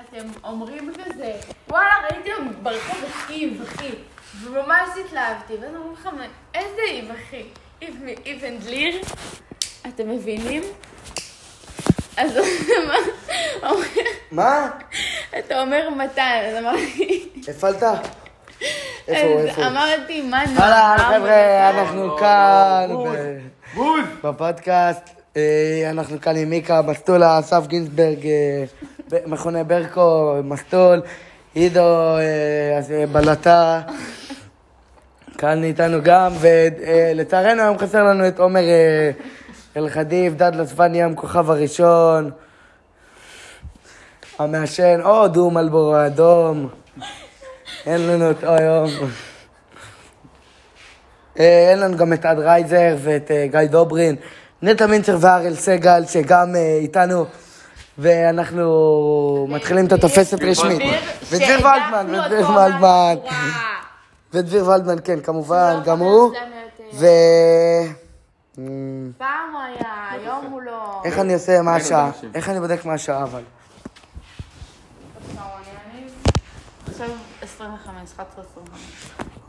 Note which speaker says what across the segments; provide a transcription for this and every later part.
Speaker 1: אתם אומרים כזה, וואלה, ראיתי אותם ברחוב איב, אחי, וממש התלהבתי, ואז אומרים לך, איזה איב, אחי? איב מאיב אנד ליר? אתם מבינים? אז מה?
Speaker 2: מה?
Speaker 1: אתה אומר מתן, אז אמרתי...
Speaker 2: הפעלת? איפה הוא?
Speaker 1: אז
Speaker 2: איפה הוא?
Speaker 1: אמרתי, מה נורא?
Speaker 2: אהלן, חבר'ה, אנחנו כאן ב-
Speaker 3: בוז!
Speaker 2: בפודקאסט. אה, אנחנו כאן עם מיקה מסטולה, אסף גינזברג, אה, ב- מכונה ברקו, מסטול, עידו, אה, אז, אה, בלטה. כאן איתנו גם, ולצערנו היום חסר לנו את עומר אה, אלחדיף, דדלס פאני, ים כוכב הראשון, המעשן, או דו מלבור האדום. אין לנו אותו היום. אה, אין לנו גם את עד רייזר ואת אה, גיא דוברין, נטע מינצ'ר והראל סגל, שגם אה, איתנו, ואנחנו מתחילים את התופסת רשמית. ודביר ולדמן, ודביר ולדמן. ודביר ולדמן, כן, כמובן,
Speaker 1: לא,
Speaker 2: גם הוא.
Speaker 1: אה,
Speaker 2: ו... אמ,
Speaker 1: פעם הוא היה, היום הוא לא.
Speaker 2: איך אני עושה, מה
Speaker 3: רגע,
Speaker 2: השעה?
Speaker 3: תקשיב.
Speaker 2: איך אני בודק מה השעה, אבל?
Speaker 1: עכשיו 25, 11, 25.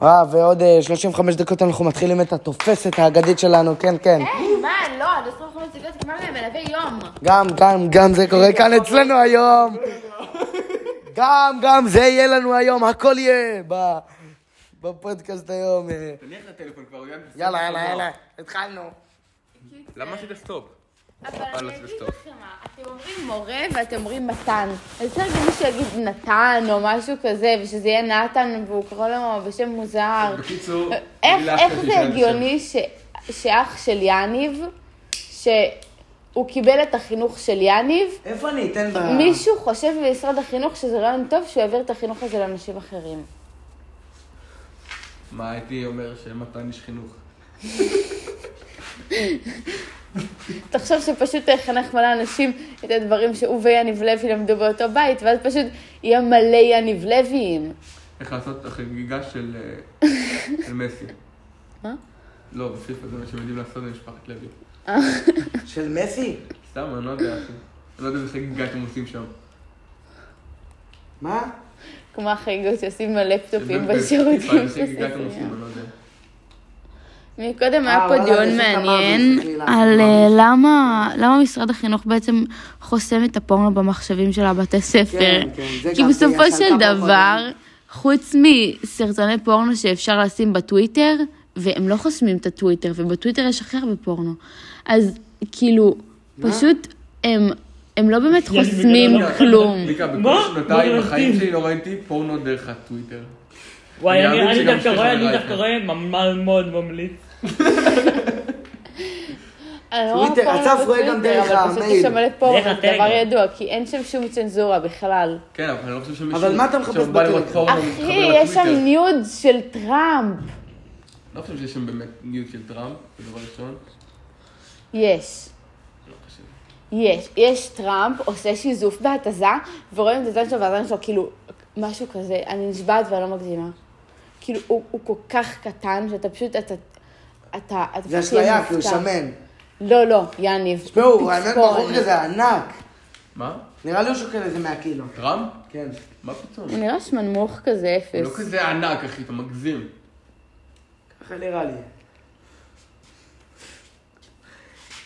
Speaker 2: אה, ועוד אה, 35 דקות אנחנו מתחילים את התופסת האגדית שלנו, כן, כן.
Speaker 1: היי, מה, לא, עד 25 דקות, כבר מלווה יום.
Speaker 2: גם, גם, גם זה קורה כאן אצלנו היום. גם, גם זה יהיה לנו היום, הכל יהיה ב- בפודקאסט היום. אה.
Speaker 3: תניח את הטלפון כבר, הוא יאללה.
Speaker 2: יאללה, יאללה, יאללה, התחלנו.
Speaker 3: למה עשית סטופ?
Speaker 1: אבל אני
Speaker 3: אלף
Speaker 1: אגיד
Speaker 3: וסטופ.
Speaker 1: לכם מה, אתם אומרים מורה ואתם אומרים מתן. אז צריך גם מישהו יגיד נתן או משהו כזה, ושזה יהיה נתן והוא קורא לו בשם מוזר.
Speaker 3: בקיצור,
Speaker 1: אה, איך,
Speaker 3: גילחת
Speaker 1: איך
Speaker 3: אותי
Speaker 1: זה
Speaker 3: כאן
Speaker 1: הגיוני ש, שאח של יניב, שהוא קיבל את החינוך של יניב,
Speaker 2: איפה אני אתן ב...
Speaker 1: מישהו חושב במשרד החינוך שזה רעיון טוב שהוא יעביר את החינוך הזה לאנשים אחרים.
Speaker 3: שם. מה הייתי אומר שמתן איש חינוך?
Speaker 1: תחשוב שפשוט יחנך מלא אנשים את הדברים שהוא ויניב לוי למדו באותו בית, ואז פשוט יהיה מלא יניב לוויים.
Speaker 3: איך לעשות את החגיגה של אה, של מסי.
Speaker 1: מה?
Speaker 3: לא, בפיפ"א זה מה שהם יודעים לעשות במשפחת לוי.
Speaker 2: של מסי?
Speaker 3: סתם, אני לא יודע, אחי. אני לא יודע איזה חגיגה אתם עושים שם.
Speaker 2: מה?
Speaker 1: כמו החגיגות שעושים עם הלפטופים
Speaker 3: שבאמת, בפיפ"א,
Speaker 1: בשירותים.
Speaker 3: לא איזה חגיגה אתם
Speaker 1: אה.
Speaker 3: עושים, אני לא יודע.
Speaker 1: מקודם
Speaker 2: אה,
Speaker 1: היה פה
Speaker 2: וואלה,
Speaker 1: דיון
Speaker 2: יש את
Speaker 1: מעניין
Speaker 2: המוות, תסתכלי לך.
Speaker 4: על אה, למה, למה משרד החינוך בעצם חוסם את הפורנו במחשבים של הבתי ספר.
Speaker 2: כן, זה
Speaker 4: כי
Speaker 2: גם
Speaker 4: בסופו
Speaker 2: שישנת
Speaker 4: של
Speaker 2: פה
Speaker 4: דבר, חוץ מסרטוני פורנו שאפשר לשים בטוויטר, והם לא חוסמים את הטוויטר, ובטוויטר יש הכי הרבה פורנו. אז כאילו, פשוט הם, הם לא באמת חוסמים כלום.
Speaker 3: לא מיקה, בכל
Speaker 5: מה?
Speaker 3: שנותיי
Speaker 5: מה
Speaker 3: בחיים
Speaker 5: רציתי?
Speaker 3: שלי לא ראיתי פורנו דרך הטוויטר.
Speaker 5: וואי,
Speaker 3: אני
Speaker 5: אני
Speaker 3: מאמין
Speaker 5: אני
Speaker 3: שגם
Speaker 5: דווקא
Speaker 3: שתי
Speaker 5: רואה, אני
Speaker 3: חבריי
Speaker 5: דווקא
Speaker 3: כאן.
Speaker 5: רואה, ממש מאוד ממליץ.
Speaker 1: אני לא רואה
Speaker 2: טוויטר,
Speaker 1: פורנו
Speaker 2: אסף רואה גם
Speaker 1: בטוויטר,
Speaker 2: דרך
Speaker 1: אבל פשוט יש
Speaker 2: המייל.
Speaker 1: שם מלא פורנו,
Speaker 5: דרך
Speaker 1: זה דבר
Speaker 5: הטלגרם.
Speaker 1: ידוע, כי אין שם שום צנזורה בכלל.
Speaker 3: כן, אבל אני לא חושב שמישהו...
Speaker 2: אבל מה אתה מחפש
Speaker 3: עכשיו בא לראות
Speaker 2: בטלגרם?
Speaker 3: פורנו ומתחבר
Speaker 1: אחי, יש שם
Speaker 3: לטוויטר.
Speaker 1: ניוד של טראמפ.
Speaker 3: לא חושב שיש שם באמת ניוד של טראמפ, זה דבר ראשון.
Speaker 1: יש.
Speaker 3: לא חושב.
Speaker 1: יש. יש טראמפ עושה שיזוף בהתזה, ורואים את הזן שלו והזן שלו כאילו משהו כזה, אני נשבעת ואני לא מגזימה. כאילו, הוא, הוא כל כך קטן, שאתה פשוט, אתה... אתה, אתה
Speaker 2: זה
Speaker 1: פשוט תהיה
Speaker 2: אשליה, כי הוא
Speaker 1: מופתע.
Speaker 2: שמן.
Speaker 1: לא, לא, יניב.
Speaker 2: תשמעו, הוא האמת בחור
Speaker 1: פצפון.
Speaker 2: כזה ענק.
Speaker 3: מה?
Speaker 2: נראה לי הוא שוקל איזה 100 קילו.
Speaker 3: טראמפ?
Speaker 2: כן.
Speaker 3: מה פתאום?
Speaker 1: הוא נראה שמנמוך כזה,
Speaker 3: הוא לא
Speaker 1: אפס.
Speaker 3: כזה ענק, אחי, אתה מגזים.
Speaker 2: ככה נראה לי.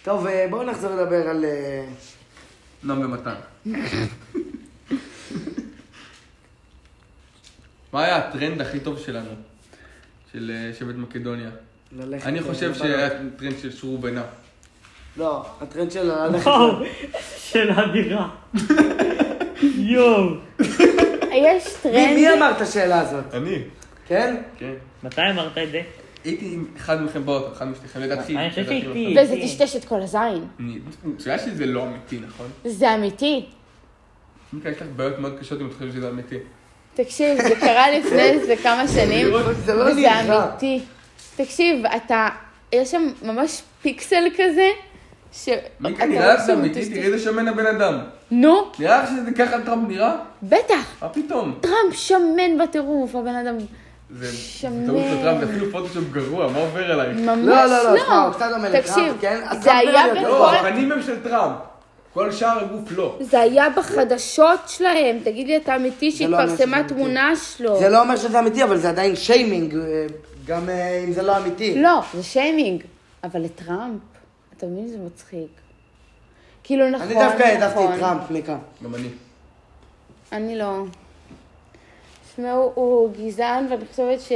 Speaker 2: טוב, אה, בואו נחזור לדבר על... אה,
Speaker 3: נם ומתן. מה היה הטרנד הכי טוב שלנו? של אה, שבט מקדוניה.
Speaker 2: ללכת...
Speaker 3: אני
Speaker 2: אה,
Speaker 3: חושב
Speaker 2: לבלות.
Speaker 3: שהיה טרנד של שרובנה.
Speaker 2: לא, הטרנד של ללכת...
Speaker 1: לא.
Speaker 5: וואו, של אווירה. יואו.
Speaker 1: יש
Speaker 2: מי מי
Speaker 1: טרנד,
Speaker 2: אמר את השאלה הזאת?
Speaker 3: אני?
Speaker 2: כן?
Speaker 3: כן.
Speaker 5: מתי אמרת את זה?
Speaker 3: הייתי עם אחד מכם באוטו, אחד משתיכם, לדעתי.
Speaker 5: אני חושב
Speaker 3: לדעתי,
Speaker 5: שהייתי.
Speaker 1: וזה טשטש את כל הזין.
Speaker 3: אני- מצוין שזה לא אמיתי, נכון?
Speaker 1: זה אמיתי.
Speaker 3: מיקה, יש לך בעיות מאוד קשות אם את חושבת שזה אמיתי.
Speaker 1: תקשיב, זה קרה לפני איזה כמה שנים,
Speaker 2: זה לא
Speaker 1: וזה
Speaker 2: נראה.
Speaker 1: אמיתי. תקשיב, אתה, יש שם ממש פיקסל כזה, ש...
Speaker 3: מיקה,
Speaker 1: אתה
Speaker 3: אוקיי, נראה
Speaker 1: רואה
Speaker 3: לך זה
Speaker 1: שהוא
Speaker 3: אמיתי?
Speaker 1: מטושטש.
Speaker 3: תראי איזה שמן הבן אדם.
Speaker 1: נו,
Speaker 3: נראה לך שזה ככה טראמפ נראה?
Speaker 1: בטח,
Speaker 3: מה פתאום?
Speaker 1: טראמפ שמן בטירוף, הבן אדם
Speaker 3: זה
Speaker 1: שמן.
Speaker 3: זה טעות של טראמפ, זה אפילו פוטושופ גרוע, מה עובר עלייך?
Speaker 1: ממש
Speaker 2: לא, לא, לא,
Speaker 1: לא.
Speaker 2: תשמע, הוא קצת דומה לטראמפ,
Speaker 1: תקשיב,
Speaker 2: כן? אז
Speaker 1: זה
Speaker 2: קצת
Speaker 1: היה
Speaker 2: דומה
Speaker 1: בכל...
Speaker 3: לא, הפנים הם לא, של טראמפ. כל
Speaker 6: כל שאר הגוף לא.
Speaker 1: זה היה בחדשות שלהם, תגיד לי, אתה אמיתי
Speaker 2: זה לא אומר
Speaker 1: שהתפרסמה
Speaker 2: שזה אמיתי.
Speaker 1: תמונה שלו.
Speaker 2: זה לא אומר שזה אמיתי, אבל זה עדיין שיימינג, אה, גם אה, אם זה לא אמיתי.
Speaker 1: לא, זה שיימינג. אבל לטראמפ, אתה מבין, זה מצחיק. כאילו, נכון,
Speaker 2: אני
Speaker 1: נכון.
Speaker 2: דווקא העדפתי את טראמפ מכאן.
Speaker 3: גם אני.
Speaker 1: אני לא. תשמעו, הוא גזען, ואני חושבת ש...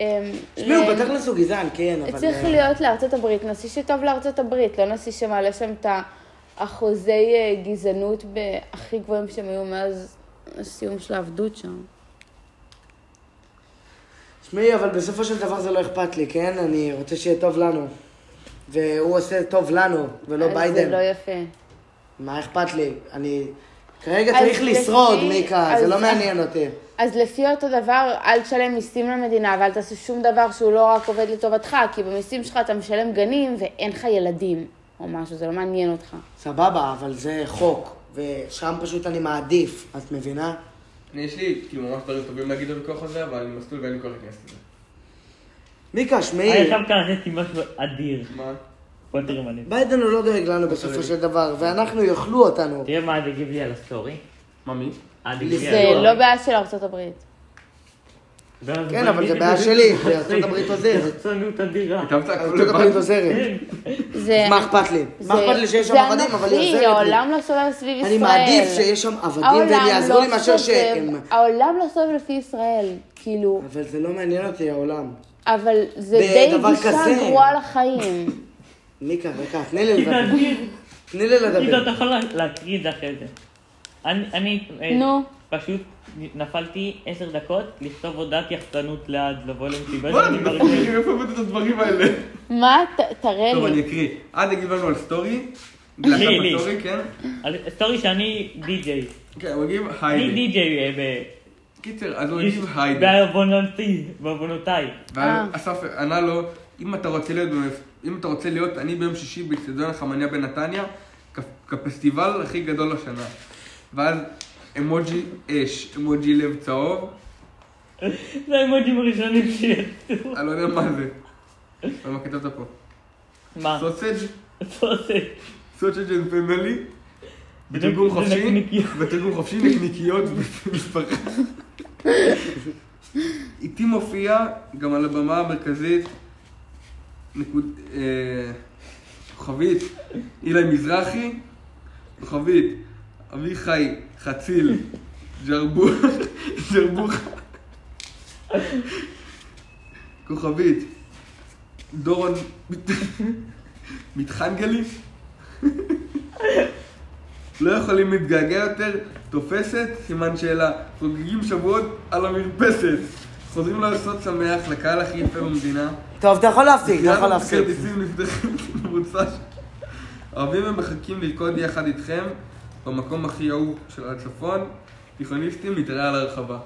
Speaker 1: אמ,
Speaker 2: תשמעי, הוא
Speaker 1: ל-
Speaker 2: בתכלס הוא גזען, כן, אבל...
Speaker 1: צריך
Speaker 2: אה,
Speaker 1: להיות לארצות הברית נשיא שטוב לארצות הברית, לא נשיא שמעלה שם את האחוזי אה, גזענות ב- הכי גבוהים שהם היו מאז הסיום של העבדות שם.
Speaker 2: תשמעי, אבל בסופו של דבר זה לא אכפת לי, כן? אני רוצה שיהיה טוב לנו. והוא עושה טוב לנו, ולא
Speaker 1: אז
Speaker 2: ביידן.
Speaker 1: זה לא יפה.
Speaker 2: מה אכפת לי? אני... כרגע
Speaker 1: אז
Speaker 2: צריך
Speaker 1: לפי-
Speaker 2: לשרוד, מיקה, זה
Speaker 1: אז-
Speaker 2: לא מעניין אותי.
Speaker 1: אז לפי אותו דבר, אל תשלם מיסים למדינה, ואל תעשה שום דבר שהוא לא רק עובד לטובתך, כי במיסים שלך אתה משלם גנים ואין לך ילדים, או משהו, זה לא מעניין אותך.
Speaker 2: סבבה, אבל זה חוק, ושם פשוט אני מעדיף, את מבינה?
Speaker 3: אני, יש לי כאילו ממש דברים טובים להגיד בוויכוח הזה, אבל אני מסלול ואין לי כוח להיכנס לזה.
Speaker 2: מיקה,
Speaker 5: אני
Speaker 2: שמעי,
Speaker 5: עכשיו קראתי משהו אדיר.
Speaker 3: מה?
Speaker 5: בוא תראה מה אני...
Speaker 2: ביידן הוא לא דואג לנו בסופו של דבר, ואנחנו יאכלו אותנו.
Speaker 5: תראה מה עד הגיב לי על הסטורי.
Speaker 3: מה מי?
Speaker 5: עד
Speaker 2: כן.
Speaker 5: הגיב לי על
Speaker 1: זה
Speaker 5: הסטורי.
Speaker 1: לא בעיה של ארצות הברית.
Speaker 5: ואז
Speaker 2: כן,
Speaker 5: הוא
Speaker 2: אבל
Speaker 5: בא,
Speaker 2: זה
Speaker 5: "מי
Speaker 2: בעיה
Speaker 5: זה
Speaker 2: שלי,
Speaker 5: זה
Speaker 2: זה ארצות הברית עוזרת.
Speaker 5: הרצונות אדירה.
Speaker 3: כתבת הכל
Speaker 2: ארצות הברית
Speaker 3: לבד?
Speaker 2: עוזרת.
Speaker 1: זה...
Speaker 2: מה אכפת לי? מה
Speaker 1: זה-
Speaker 2: אכפת לי שיש שם
Speaker 1: זה
Speaker 2: עבדים, אבל היא
Speaker 1: אנוכי,
Speaker 2: עוזרת לי.
Speaker 1: העולם לא סובב סביב ישראל.
Speaker 2: אני מעדיף שיש שם עבדים
Speaker 1: העולם
Speaker 2: והם יעזרו לי
Speaker 1: לא סובב-
Speaker 2: מאשר שהם...
Speaker 1: העולם לא סובב לפי ישראל, כאילו,
Speaker 2: אבל זה לא מעניין אותי, העולם.
Speaker 1: אבל זה די
Speaker 2: בדבר כזה.
Speaker 1: גישה גרועה לחיים.
Speaker 2: מיקה, רגע, תני לי
Speaker 5: עידו,
Speaker 2: לדבר.
Speaker 5: אדיר.
Speaker 2: תני לי
Speaker 5: עידו, אתה
Speaker 2: לדבר.
Speaker 5: יכול לה- להקריא את זה אחרי זה. אני- אני... אה,
Speaker 1: נו.
Speaker 5: פשוט נפלתי עשר דקות לכתוב הודעת יחצנות ליד, לבוא למסיבה
Speaker 3: בוא'נה,
Speaker 5: שאני
Speaker 3: אני
Speaker 5: מרגיש.
Speaker 3: מפחד, איפה הבאת את הדברים האלה?
Speaker 1: מה? ת- תראה
Speaker 3: טוב, אני
Speaker 1: לי.
Speaker 3: אקריא. עד הגיב לנו על סטורי.
Speaker 5: לי, לי.
Speaker 3: דלקה בסטורי, כן?
Speaker 5: על- סטורי שאני די-ג'יי.
Speaker 3: כן, הוא הגיב
Speaker 5: אני
Speaker 3: היידי.
Speaker 5: די-ג'יי אה, ב...
Speaker 3: קיצר, אז הוא הגיב היידי.
Speaker 5: בעוונותי, בעוונותיי.
Speaker 3: ואז אסף ענה לו, אם אתה רוצה להיות, במפ- אם אתה רוצה להיות, אני ביום שישי באצטדיון החמניה בנתניה, כ- כפסטיבל הכי גדול השנה. ואז אמוג'י אש, אמוג'י לב צהוב,
Speaker 5: זה האמוג'ים הראשונים שיצאו.
Speaker 3: אני לא יודע מה זה. אבל מה כתבת פה?
Speaker 5: מה?
Speaker 3: סוסג',
Speaker 5: סוסי.
Speaker 3: סוסג' אנד פמילי, בתרגום
Speaker 5: זה
Speaker 3: חופשי,
Speaker 5: נקניקיות.
Speaker 3: בתרגום חופשי נקניקיות במשפחה. איתי מופיע גם על הבמה המרכזית, נקוד... אה, כוכבית, אילי מזרחי, כוכבית, אביחי חציל, ג'רבו, ג'רבוך, כוכבית, דורון מת- מתחנגלי, לא יכולים להתגעגע יותר, תופסת, סימן שאלה, חוגגים שבועות על המרפסת, חוזרים לעשות שמח לקהל הכי יפה במדינה,
Speaker 2: טוב, אתה יכול להפסיק, אתה יכול
Speaker 3: לנו
Speaker 2: להפסיק.
Speaker 3: כרטיסים נפתחים לקבוצה ש- ערבים ומחכים לרקוד יחד איתכם במקום הכי אהוב של הצפון, תיכוניסטים נתראה על הרחבה.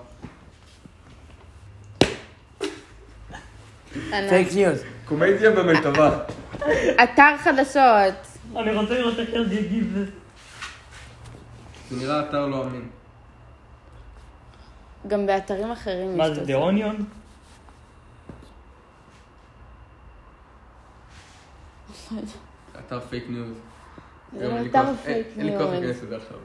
Speaker 1: ענק.
Speaker 2: פייק ניוז.
Speaker 3: קומדיה במיטבה.
Speaker 1: אתר חדשות.
Speaker 5: אני רוצה לראות איך זה יגיב.
Speaker 3: זה נראה אתר לא אמין.
Speaker 1: גם באתרים אחרים
Speaker 5: מה
Speaker 1: יש
Speaker 5: זה,
Speaker 1: את
Speaker 5: The Onion?
Speaker 3: אתר פייק ניוז.
Speaker 1: זה
Speaker 3: גם
Speaker 1: לא
Speaker 3: אין לי
Speaker 1: אתר
Speaker 3: כוח-
Speaker 1: פייק
Speaker 3: אין- אין לי כוח
Speaker 1: ניוז.
Speaker 3: להיכנס לזה עכשיו.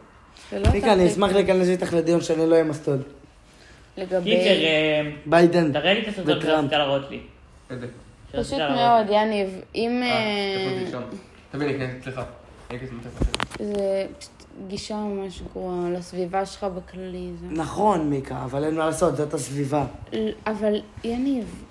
Speaker 1: זה לא
Speaker 2: מיקה, אני אשמח להיכנס איתך לדיון שאני לא אהיה מסטול.
Speaker 5: קיצר,
Speaker 1: לגבי...
Speaker 5: אה,
Speaker 2: ביידן.
Speaker 5: תראה לי את הסרטון
Speaker 2: וטראמפ.
Speaker 5: שרצית להראות לי.
Speaker 3: איזה?
Speaker 5: שרצית
Speaker 1: פשוט
Speaker 5: להראות.
Speaker 1: מאוד, יניב, אם...
Speaker 3: אה,
Speaker 1: אה,
Speaker 3: תפותי שם. תביא לי, כן, סליחה. אני אכנס מתחת.
Speaker 1: זה פשוט גישה ממש גרועה לסביבה שלך בכללי. זה...
Speaker 2: נכון, מיקה, אבל אין מה לעשות, זאת הסביבה.
Speaker 1: ל- אבל יניב,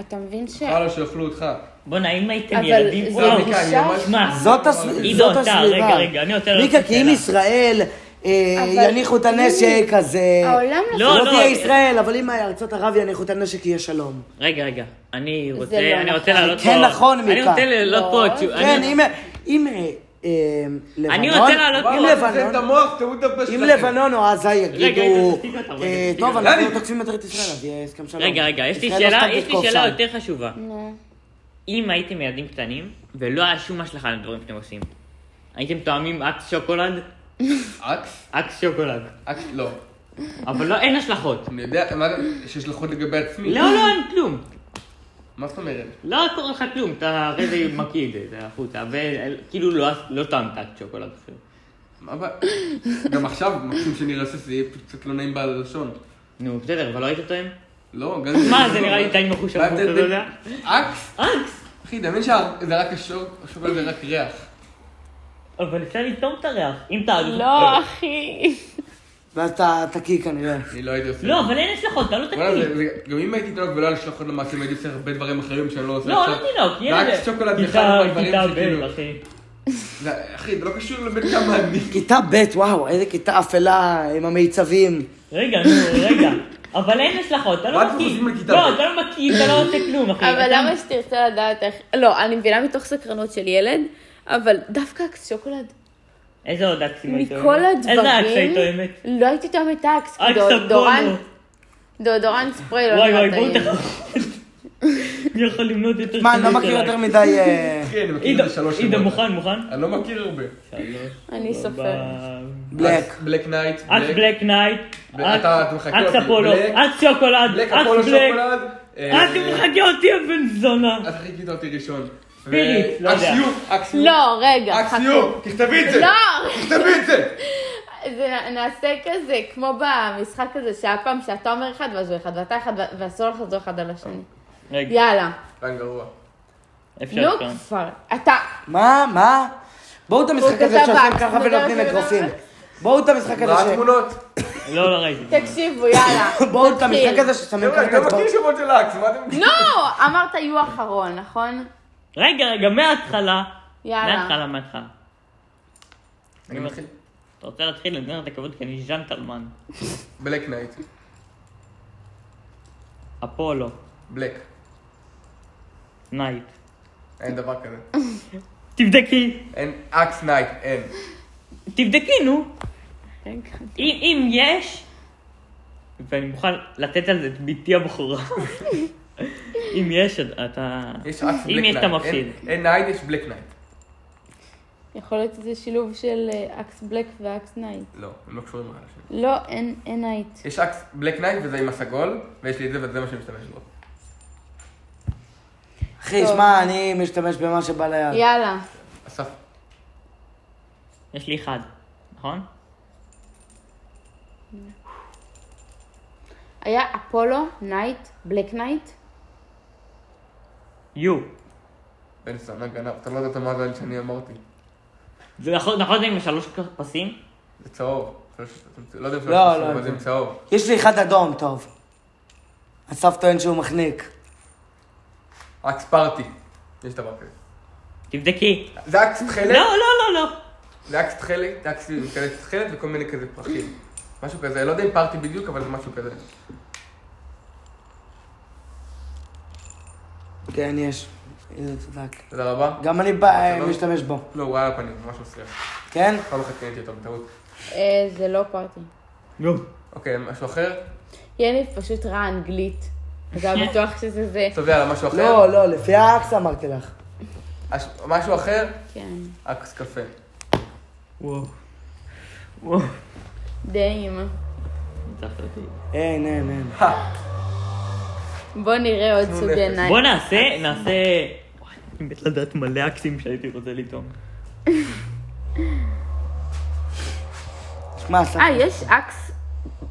Speaker 1: אתה מבין ש...
Speaker 5: כן.
Speaker 3: חלו שיאכלו אותך.
Speaker 5: בואנה, אם הייתם
Speaker 1: אבל
Speaker 5: ילדים,
Speaker 1: זה
Speaker 5: וואו,
Speaker 3: מיקה, אני
Speaker 1: גישה...
Speaker 3: ממש-
Speaker 5: שמע,
Speaker 2: זאת הס-
Speaker 5: עידו,
Speaker 2: זאת
Speaker 5: אתה,
Speaker 2: הסביבה.
Speaker 5: לא רגע, רגע, אני רוצה לעלות
Speaker 2: מיקה,
Speaker 5: את
Speaker 2: כי אם
Speaker 5: השאלה.
Speaker 2: ישראל אה,
Speaker 1: אבל-
Speaker 2: יניחו את הנשק, אז... אה,
Speaker 1: העולם
Speaker 5: לא,
Speaker 2: לא
Speaker 5: לא,
Speaker 2: תהיה
Speaker 5: אה,
Speaker 2: ישראל, אבל אם ארצות ערב יניחו את הנשק, יהיה שלום.
Speaker 5: רגע, רגע, אני רוצה,
Speaker 1: לא
Speaker 5: אני
Speaker 1: נכון.
Speaker 5: רוצה לעלות פה...
Speaker 2: כן, נכון,
Speaker 5: אני
Speaker 2: מיקה.
Speaker 5: רוצה לעלות פה...
Speaker 1: לא.
Speaker 5: תשוב-
Speaker 2: כן,
Speaker 5: אני-
Speaker 2: אם... אם... אה, אה, לבנון...
Speaker 5: אני רוצה לעלות-
Speaker 2: אם
Speaker 5: וואו,
Speaker 3: תן את
Speaker 2: לבנון...
Speaker 3: המוח, תראו את הפה
Speaker 2: אם
Speaker 3: שלכם.
Speaker 2: לבנון או עזה יגידו...
Speaker 5: תשתיק אותם, רגע,
Speaker 2: אה,
Speaker 5: תשתיק
Speaker 2: טוב,
Speaker 5: אותם.
Speaker 2: אנחנו
Speaker 3: יאללה.
Speaker 2: תוקפים יותר את ישראל, אז יהיה הסכם שלום.
Speaker 5: כאילו-" רגע, רגע, יש לי
Speaker 2: ישראל לא
Speaker 5: שאלה,
Speaker 2: סתם
Speaker 5: יש לי
Speaker 2: תתקוף
Speaker 5: שאלה
Speaker 2: שם.
Speaker 5: יותר חשובה.
Speaker 1: נו,
Speaker 5: אם הייתם ילדים קטנים, ולא היה שום השלכה על הדברים שאתם עושים, הייתם טועמים אקס שוקולד?
Speaker 3: אקס?
Speaker 5: אקס שוקולד.
Speaker 3: אקס? לא.
Speaker 5: אבל לא, אין השלכות.
Speaker 3: אני יודע, מה זה? שיש לך עוד לגבי עצמי.
Speaker 5: לא, לא, אין כלום.
Speaker 3: מה זאת אומרת?
Speaker 5: לא קורה לך כאילו, כלום, אתה הרי זה מקיא את זה, זה החוצה, וכאילו לא טעמת אקס לא שוקולד. אפילו.
Speaker 3: מה הבעיה? גם עכשיו, מקסימום שנרסס, זה יהיה קצת לא נעים בלשון.
Speaker 5: נו, בסדר, אבל לא היית טועם?
Speaker 3: לא, גם...
Speaker 5: מה, זה נראה לי די מחוש
Speaker 3: מה
Speaker 5: עמוק, אתה
Speaker 3: ההבדל
Speaker 5: לא
Speaker 3: בין
Speaker 5: יודע?
Speaker 3: אקס?
Speaker 5: אקס!
Speaker 3: אחי, דמיין שזה רק השור, השור זה רק ריח.
Speaker 5: אבל אפשר לטעום את הריח, אם תעלו.
Speaker 7: לא, אחי.
Speaker 2: ואז אתה תקיא כנראה.
Speaker 3: אני לא הייתי עושה.
Speaker 5: לא, אבל אין השלכות, תעלו את
Speaker 3: וואלה,
Speaker 5: הכלי.
Speaker 3: זה- זה- גם אם הייתי תינוק ולא היה לשלוח עוד למעשים, הייתי עושה הרבה דברים אחרים שאני לא עושה
Speaker 5: לא,
Speaker 3: עכשיו.
Speaker 5: לא תינוק, ילד.
Speaker 3: רק שוקולד זה
Speaker 5: כיתה-
Speaker 3: אחד מהדברים
Speaker 5: כיתה
Speaker 3: שכאילו...
Speaker 5: ב', אחי.
Speaker 3: זה- אחי, זה לא קשור לבן כמה אני.
Speaker 2: כיתה ב', וואו, איזה כיתה אפלה עם המיצבים.
Speaker 5: רגע, נו, רגע. אבל אין השלכות, אתה
Speaker 3: מה
Speaker 5: לא
Speaker 3: אתם חושבים על
Speaker 5: מקיא.
Speaker 3: כיתה ב'?
Speaker 5: לא, אתה לא מקיא, אתה לא עושה כלום, אחי.
Speaker 1: אבל
Speaker 5: אתה-
Speaker 1: למה שתרצה לדעת איך... לא, אני מבינה מתוך סקרנות של ילד, אבל דווקא אקס שוקולד,
Speaker 5: איזה עוד אקסים היית
Speaker 1: מכל
Speaker 5: אוהבת? איזה אקס היית
Speaker 1: הדברים,
Speaker 5: אוהבת?
Speaker 1: לא הייתי תואמת אקס, כי
Speaker 5: אקס
Speaker 1: דאודורנט,
Speaker 5: הפונו.
Speaker 1: דאודורנט ספרי לא
Speaker 5: וואי
Speaker 1: נראה
Speaker 5: וואי, בואו
Speaker 1: טעים.
Speaker 5: תחרות. מי יכול למנות יותר
Speaker 2: מה, אני לא
Speaker 5: שמות
Speaker 2: מכיר
Speaker 5: של
Speaker 2: יותר
Speaker 5: אקס?
Speaker 2: מדי... אה,
Speaker 3: כן, אני מכיר
Speaker 5: עידו,
Speaker 3: את זה שלוש
Speaker 5: עידו,
Speaker 3: שמות.
Speaker 5: מוכן, מוכן?
Speaker 3: אני לא מכיר הרבה.
Speaker 5: שלוש.
Speaker 1: אני סופרת.
Speaker 5: ב-
Speaker 2: בלק.
Speaker 3: אקס בלק נייט.
Speaker 5: אקס בלק נייט.
Speaker 3: ואתה- אתה
Speaker 5: אקס-
Speaker 3: מחקה
Speaker 5: אקס
Speaker 3: אותי.
Speaker 5: אפולו.
Speaker 3: בלק.
Speaker 5: אקס שוקולד.
Speaker 3: בלק
Speaker 5: אקס
Speaker 3: אפולו
Speaker 5: בלק.
Speaker 3: שוקולד. אה,
Speaker 5: אל תמחקה אותי הבן זונה.
Speaker 3: אז חיכית אותי ראשון.
Speaker 5: פיריט,
Speaker 3: ו-
Speaker 5: לא יודע.
Speaker 3: אקס יו, אקס יו.
Speaker 1: לא, רגע,
Speaker 3: אקס
Speaker 1: חכו.
Speaker 3: יו, תכתבי את זה.
Speaker 1: לא,
Speaker 3: תכתבי את זה.
Speaker 1: זה נ- נעשה כזה, כמו במשחק הזה, שהיה פעם שאתה אומר אחד ואז הוא אחד, ואתה אחד, ו- ואסור לחזור אחד על השני.
Speaker 5: רגע,
Speaker 1: יאללה.
Speaker 3: כאן גרוע.
Speaker 5: אפשר
Speaker 1: נו
Speaker 5: כאן.
Speaker 1: כבר. אתה,
Speaker 2: מה, מה? בואו את המשחק הזה
Speaker 1: כתב
Speaker 2: שעושים
Speaker 1: אקס,
Speaker 2: ככה
Speaker 1: נו,
Speaker 2: ונותנים
Speaker 1: זה-
Speaker 2: אגרופים. בואו את המשחק הזה
Speaker 3: מה
Speaker 2: ש...
Speaker 3: התמונות?
Speaker 5: לא, לא ראיתי.
Speaker 1: תקשיבו, יאללה.
Speaker 2: בואו את
Speaker 1: נתחיל.
Speaker 2: המשחק הזה ששמים
Speaker 3: חבר'ה,
Speaker 2: ככה
Speaker 3: אני
Speaker 2: את
Speaker 3: לא מכיר
Speaker 2: האצבעות.
Speaker 3: שמות של אקס, מה אתם...
Speaker 1: נו, אמרת יהיו אחרון, נכון?
Speaker 5: רגע, רגע, מההתחלה.
Speaker 1: יאללה.
Speaker 5: מההתחלה, מההתחלה.
Speaker 3: אני מתחיל.
Speaker 5: אתה רוצה להתחיל? אני נותן לך את הכבוד כי אני ז'נטלמן.
Speaker 3: בלק נייט.
Speaker 5: אפולו.
Speaker 3: בלק.
Speaker 5: נייט.
Speaker 3: אין דבר כזה.
Speaker 5: תבדקי.
Speaker 3: אין אקס נייט, אין.
Speaker 5: תבדקי, נו.
Speaker 1: רגע.
Speaker 5: אם, אם יש, ואני מוכן לתת על זה את בתי הבכורה. אם יש, אתה...
Speaker 3: יש אקס בלק
Speaker 5: אם
Speaker 3: נייט.
Speaker 5: יש, אתה מפסיד.
Speaker 3: אין- אין נייט, יש בלק נייט.
Speaker 1: יכול להיות שזה שילוב של אה, אקס בלק ואקס נייט.
Speaker 3: לא, הם לא קשורים אחד לשני.
Speaker 1: לא, אין אין נייט.
Speaker 3: יש אקס בלק נייט וזה עם הסגול, ויש לי את זה וזה מה שאני משתמש בו.
Speaker 2: אחי,
Speaker 1: טוב.
Speaker 2: שמע, אני משתמש במה שבא ליד.
Speaker 1: יאללה.
Speaker 3: אסף,
Speaker 5: יש לי אחד, נכון?
Speaker 1: היה אפולו, נייט, בלק נייט.
Speaker 5: יו.
Speaker 3: בן זונה גנב, אתה לא יודעת מה זה שאני אמרתי.
Speaker 5: זה נכון, נכון זה עם שלוש פסים?
Speaker 3: זה צהוב. שלוש- לא יודע אם זה
Speaker 2: לא,
Speaker 3: שלוש,
Speaker 2: לא
Speaker 3: אבל זה עם
Speaker 2: הבנתי.
Speaker 3: צהוב.
Speaker 2: יש לי אחד אדום, טוב. אסף טוען שהוא מחניק.
Speaker 3: אקס פארטי. יש דבר כזה.
Speaker 5: תבדקי.
Speaker 3: זה אקס
Speaker 5: לא,
Speaker 3: תכלת,
Speaker 5: לא, לא, לא.
Speaker 3: זה אקס תכלת, זה אקס עם כאלה תכלת וכל מיני כזה פרחים. משהו כזה, אני לא יודע אם פארטי בדיוק, אבל זה משהו כזה.
Speaker 2: כן, יש. איזה צדק.
Speaker 3: תודה רבה.
Speaker 2: גם אני בא- אה,
Speaker 3: שלום.
Speaker 2: משתמש בו.
Speaker 3: לא, הוא היה על הפנים, ממש מסריח.
Speaker 2: כן?
Speaker 3: פעם אחת קניתי אותו בטעות.
Speaker 1: אה, זה לא פארטי.
Speaker 5: יו.
Speaker 3: אוקיי, משהו אחר?
Speaker 1: יניב פשוט ראה אנגלית. אז היה בטוח שזה זה.
Speaker 3: טוב, יאללה, משהו אחר?
Speaker 2: לא, לא, לפי האקס אמרתי לך.
Speaker 3: הש- משהו אחר?
Speaker 1: כן.
Speaker 3: אקס קפה.
Speaker 2: כן.
Speaker 5: וואו. וואו.
Speaker 1: דיים.
Speaker 5: ניצחת אותי.
Speaker 2: אין, אין, אין.
Speaker 1: בוא נראה עוד
Speaker 3: נו,
Speaker 1: סוגי
Speaker 3: נפש.
Speaker 5: בוא
Speaker 1: נייט.
Speaker 5: נעשה, נעשה... וואי, אני מת לדעת מלא אקסים שהייתי רוצה לטעום.
Speaker 2: שמע, אסף...
Speaker 1: אה, יש אקס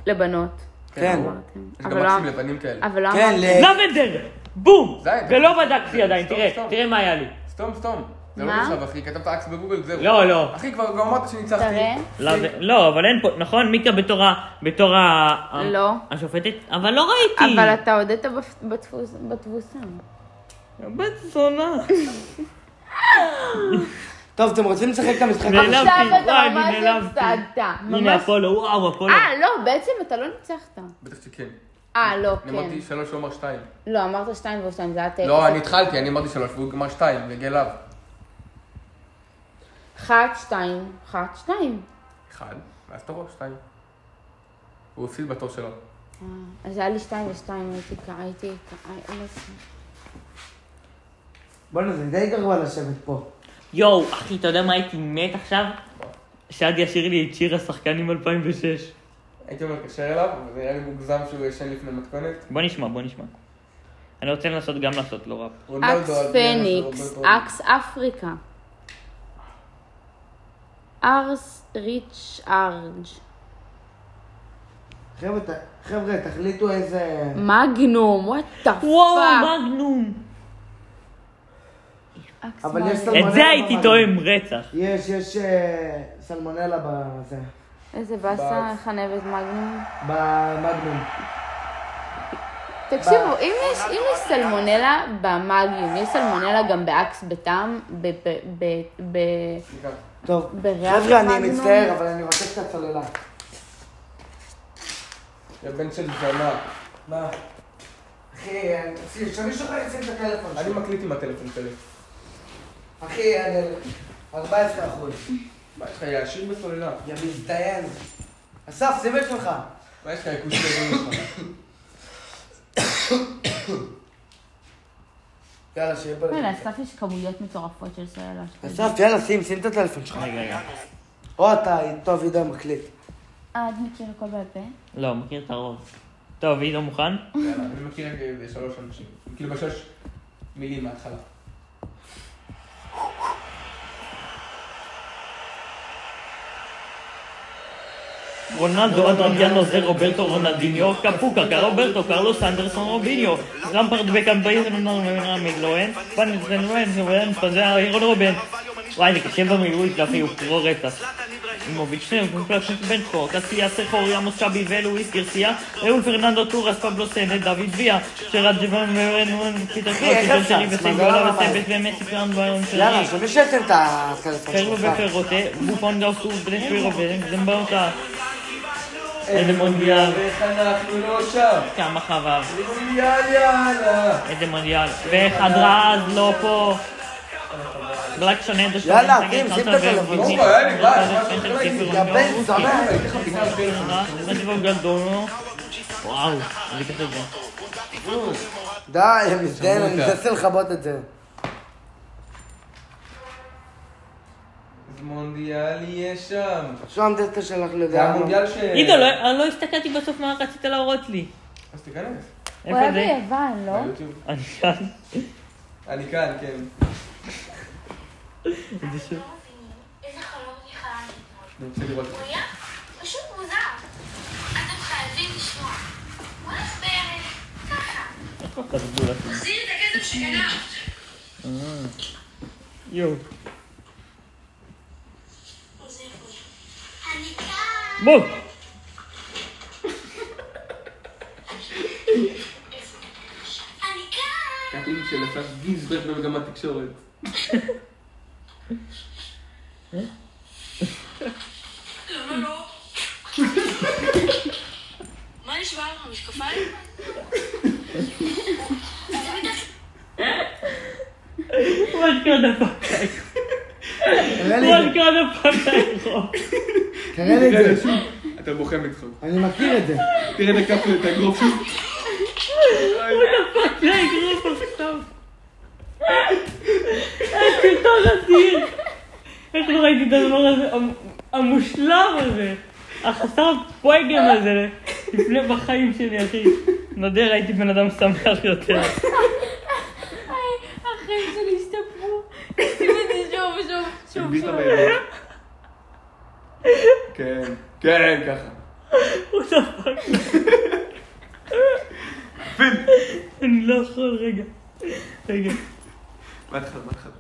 Speaker 1: לבנות.
Speaker 2: כן.
Speaker 1: אמרתם.
Speaker 3: יש גם
Speaker 1: אבל לא
Speaker 3: אקסים לבנים כאלה.
Speaker 1: אבל לא
Speaker 2: כן,
Speaker 1: אמרתי.
Speaker 3: אה.
Speaker 2: ל...
Speaker 5: לבנדר! בום!
Speaker 3: די, די.
Speaker 5: ולא בדקתי עדיין,
Speaker 3: אה, סתום,
Speaker 5: תראה,
Speaker 3: סתום.
Speaker 5: תראה מה היה לי.
Speaker 3: סתום, סתום. זה לא
Speaker 1: מה?
Speaker 3: נחשב, אחי, כתבת אקס בגוגל, זהו.
Speaker 5: לא, לא.
Speaker 3: אחי, כבר כבר אמרת שניצחתי.
Speaker 1: תראה.
Speaker 5: לא, זה- לא, אבל אין פה, נכון? מיקה בתור ה... בתור ה...
Speaker 1: לא.
Speaker 5: השופטת? אבל לא ראיתי.
Speaker 1: אבל אתה הודית בפ- בתפוס- בתבוסה.
Speaker 5: בת זונה.
Speaker 2: טוב, אתם רוצים לשחק את המשחק?
Speaker 5: נעלבתי,
Speaker 1: עכשיו אתה
Speaker 5: וואי, אני
Speaker 1: ממש
Speaker 5: נעלבתי.
Speaker 1: הפסדת.
Speaker 5: הנה
Speaker 1: ממש.
Speaker 5: אפולו, וואו, אפולו.
Speaker 1: אה, לא, בעצם אתה לא ניצחת.
Speaker 3: בטח שכן.
Speaker 1: אה, לא,
Speaker 3: אני
Speaker 1: כן.
Speaker 3: אמרתי שלוש, הוא אמר שתיים.
Speaker 1: לא, אמרת שתיים ועוד שתיים, זה היה תיקו.
Speaker 3: לא, אני התחלתי, אני אמרתי שלוש, והוא אמר שתיים, זה הגיע אליו.
Speaker 1: אחת, שתיים, אחת, שתיים.
Speaker 3: אחד, ואז תורו, שתיים. הוא הפסיד בתור שלו.
Speaker 1: אה, אז היה לי שתיים ושתיים, הייתי כ... הייתי כ... אה, לא יודעת.
Speaker 2: בואנה, זה די גרוע לשבת פה.
Speaker 5: יואו, אחי, אתה יודע מה הייתי מת עכשיו? שעד ישיר לי את שיר השחקנים 2006.
Speaker 3: הייתי אומר לקשר אליו, אבל זה היה לי מוגזם שהוא ישן לפני מתכונת.
Speaker 5: בוא נשמע, בוא נשמע. אני רוצה לנסות גם לעשות, לא רק.
Speaker 3: רונלדו,
Speaker 1: אקס
Speaker 3: אז-
Speaker 1: פניקס,
Speaker 3: רונלדו.
Speaker 1: אקס אפריקה. ארס ריץ' ארג'.
Speaker 2: חבר'ה, ת- חבר'ה, תחליטו איזה...
Speaker 1: מגנום, וואט דה פאק.
Speaker 5: וואו, מגנום.
Speaker 2: אבל יש סלמונלה.
Speaker 5: את זה הייתי
Speaker 2: במגנום.
Speaker 5: טועם רצח.
Speaker 2: יש, יש אה, סלמונלה בזה,
Speaker 1: איזה באסה חנבת מגנום.
Speaker 2: במגנום.
Speaker 1: תקשיבו, אם יש, אם יש סלמונלה במאגיום, יש סלמונלה גם באקס בטעם, ב... ב... ב... ב...
Speaker 2: טוב,
Speaker 1: בריאה
Speaker 2: חבר'ה, אני
Speaker 1: במגנום.
Speaker 2: מצטער, אבל אני רוצה קצת סוללה.
Speaker 3: יא בן של זונה.
Speaker 2: מה? אחי, אה, אני- שמישהו יכול לשים את הטלפון
Speaker 3: אני
Speaker 2: שלי.
Speaker 3: מקליט עם הטלפון שלי.
Speaker 2: אחי, אני 14 אחוז.
Speaker 3: מה יש לך, יא עשיר בסוללה?
Speaker 2: יא מזדיין. אסף, זה מת שלך.
Speaker 3: מה יש לך, יקוש לגון שלך?
Speaker 2: יאללה, שיהיה
Speaker 8: לא
Speaker 2: פה.
Speaker 1: וואי, לאסף יש כמויות מטורפות של סוללה.
Speaker 2: אסף, יאללה, שים, שים את הטלפון שלך.
Speaker 5: רגע, רגע.
Speaker 2: או אתה, טוב, עידו מקליט.
Speaker 1: אה, את מכיר הכל בעל פה?
Speaker 5: לא, מכיר את הרוב. טוב, עידו מוכן?
Speaker 3: יאללה, כן, אני מכיר רק איזה שלוש אנשים. כאילו בשש מילים מההתחלה.
Speaker 5: רונלדו,
Speaker 2: לא,
Speaker 5: אדריאנו, זה רוברטו, רונלדיניו, קפוקה, קרוברטו, קרלוס, אנדרסון, רוביניו, למפרד וקמבייזן, מגלוהן, פאניס ונואן, נואן, פזר, אירון רובן. וואי, זה קשה במילואים, דווקא הוא פרו רצח. אימוביץ' שניהם, קלאצ'ק בן חור, קסיה, סחור, ימוס שבי ולואיס גרסיה, ראול פרננדו טורס, פבלו סנד, דוד ויה, שרד ג'וון ורנון, פיטר
Speaker 2: אחי, איך
Speaker 5: קרוס,
Speaker 2: אפשר?
Speaker 5: שרי
Speaker 2: מה,
Speaker 5: וסין,
Speaker 2: זה
Speaker 5: גולה
Speaker 2: עולם
Speaker 5: וסבס ומסי פרן ואירון
Speaker 2: יאללה,
Speaker 5: שרי.
Speaker 2: שמישהו ישים את הטלפון
Speaker 5: פרלו
Speaker 2: שלך.
Speaker 5: ופרוטה, בופון גאוסו, בני שפירו וזמברטה. איזה מונדיאל.
Speaker 3: ואיך אנחנו לא שם?
Speaker 5: כמה חבב.
Speaker 3: יאללה יאללה.
Speaker 5: איזה מונדיאל. וחדרה אז לא פה. בלק שונה את השלום.
Speaker 2: יאללה, אחים, שים את הטלפון.
Speaker 3: אוקיי, היה לי בעיה, שמע, שאני חלק
Speaker 2: יא בן זונה.
Speaker 3: הייתי לך בדיחה על טלפון.
Speaker 5: וואו, אני אקח את זה.
Speaker 2: די, יא מזדיין, אני
Speaker 3: אותה.
Speaker 2: מנסה לכבות את זה.
Speaker 3: אז מונדיאל יהיה שם.
Speaker 2: שם דלתא שלך
Speaker 3: זה
Speaker 2: לדעה.
Speaker 3: המונדיאל ש...
Speaker 5: עידו, לא- אני לא הסתכלתי בסוף מה רצית להראות לי.
Speaker 3: אז תיכנס.
Speaker 1: הוא היה
Speaker 5: איפה זה?
Speaker 1: ביוון,
Speaker 5: אה?
Speaker 1: לא?
Speaker 3: ביוטיוב.
Speaker 5: אני כאן.
Speaker 3: אני כאן, כן.
Speaker 5: איזה שוב.
Speaker 6: איזה חלום אני חלמתי אתמול.
Speaker 3: אני רוצה לראות.
Speaker 6: הוא היה פשוט מוזר. אתם חייבים לשמוע. הוא הולך בערך ככה.
Speaker 5: איך כל כך גדולה שלי?
Speaker 6: תחזיר את הכסף שגנב.
Speaker 5: יואו.
Speaker 6: אני כאן.
Speaker 5: בוא!
Speaker 6: אני כאן.
Speaker 3: קטין של אסף גיזברג במגמת תקשורת.
Speaker 6: לא, לא, לא. מה נשמע לך? משקפיים?
Speaker 5: What kind of fuck?
Speaker 2: תראה לי
Speaker 5: What
Speaker 2: את זה,
Speaker 5: kind of fuck?
Speaker 2: תראה לי את זה.
Speaker 3: אתה בוכה מצחוק.
Speaker 2: אני מכיר את זה.
Speaker 3: תראה את הכף ואת הגרוף שלו.
Speaker 5: זה הגרוף עכשיו. איזה סרטון אדיר. איך לא ראיתי את הדבר הזה, המ- המושלם הזה, החסר פויגם הזה, לפני בחיים שלי, אחי. נדיר, הייתי בן אדם שמח יותר.
Speaker 8: החיים שלי השתפרו. עושים את זה שוב, שוב, שוב,
Speaker 3: הביט
Speaker 8: שוב.
Speaker 3: עליי. כן, כן, ככה.
Speaker 5: הוא דפק. אני לא יכול, רגע. רגע.
Speaker 3: מההתחלה, מההתחלה.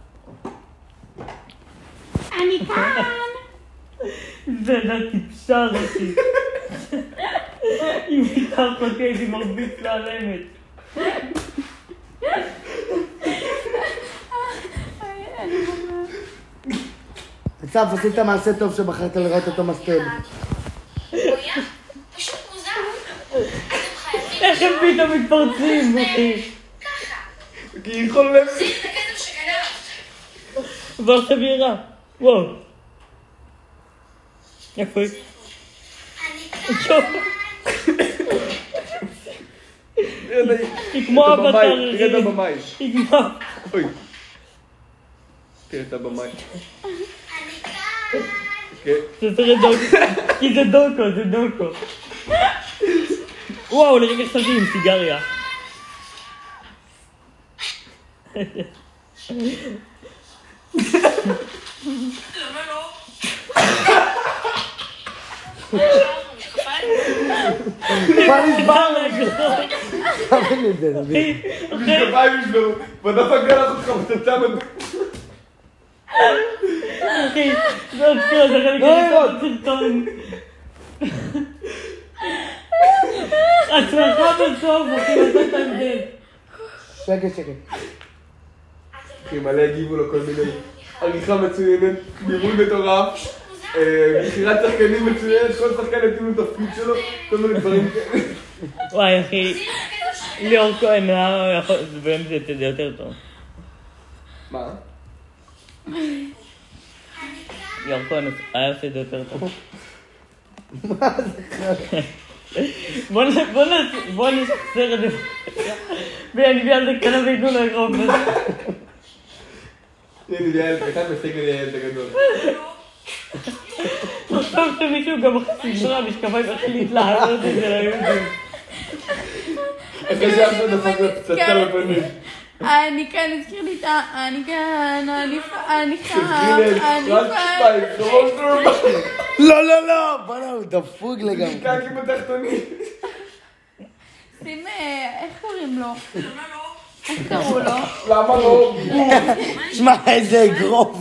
Speaker 5: זה ילדה טיפשה ראשי. אם הייתה אחותי הייתי מרביץ לה על אמת.
Speaker 2: אסף, עשית מעשה טוב שבחרת לראות אותו מסטול.
Speaker 6: הוא היה פשוט מוזר. אתם חייבים
Speaker 5: איך הם פתאום מתפרצים, אחי?
Speaker 6: ככה.
Speaker 3: כי יכול לב.
Speaker 6: תחזיר את הכסף שגנב.
Speaker 5: זו עכשיו ירה. וואו. איפה היא?
Speaker 6: אני כאן.
Speaker 5: יואו, היא כמו אבטר.
Speaker 3: תראה את הבמאי.
Speaker 5: היא כמו...
Speaker 3: אוי. תראה את הבמאי.
Speaker 6: אני כאן.
Speaker 3: כן.
Speaker 5: זה צריך דוקו. כי זה דוקו, זה דוקו. וואו, לרגע חשבתי עם סיגריה.
Speaker 6: לא, לא, לא.
Speaker 2: כבר הסברנו,
Speaker 5: רגע,
Speaker 2: תבין את זה, תבין.
Speaker 3: משקפיים ישברו, ודף הגדל אחוז לך פצצה בגוף.
Speaker 5: אחי, זה עוד כאילו, זה חלק
Speaker 2: לא לראות.
Speaker 5: מהסרטון. הצלחה בסוף, אחי, נתת הבדל.
Speaker 2: שקט, שקט.
Speaker 3: כי מלא הגיבו לו כל מיני עריכה מצוינת, נירוי מטורף, אה, בחירת שחקנים מצוינת, כל שחקן יתאים לתפקיד שלו, כל מיני דברים כאלה.
Speaker 5: וואי, אחי, ליאור כהן, היה יכול- זה באמת זה יותר טוב.
Speaker 3: מה?
Speaker 5: ליאור כהן היה עושה את זה יותר טוב. מה זה בוא נ- בוא נ- בוא נשחזר את זה. ואני אביא על זה קלה וייתנו לו אגרוף.
Speaker 3: הנה ליאל, אחד מפסיק ליאל את הגדול.
Speaker 5: עכשיו שמישהו גם אחרי סדרה המשקפיים החליט לעלות את זה ליהודים.
Speaker 3: אחרי שאף אחד דפק לו פצצה בפנים. אה.
Speaker 8: אני כאן, הזכיר לי את ה... אני כאן, אני פ- אני
Speaker 3: הנה,
Speaker 8: כאן, אני
Speaker 3: רק
Speaker 8: כאן.
Speaker 3: שתיים, שלוש, ארבע.
Speaker 2: לא, לא, לא! בוא'נה, הוא דפוק לגמרי.
Speaker 3: קקי בתחתונים.
Speaker 8: שים, אה, איך קוראים לו? איך קראו לו?
Speaker 3: למה לא?
Speaker 2: שמע, איזה אגרוף.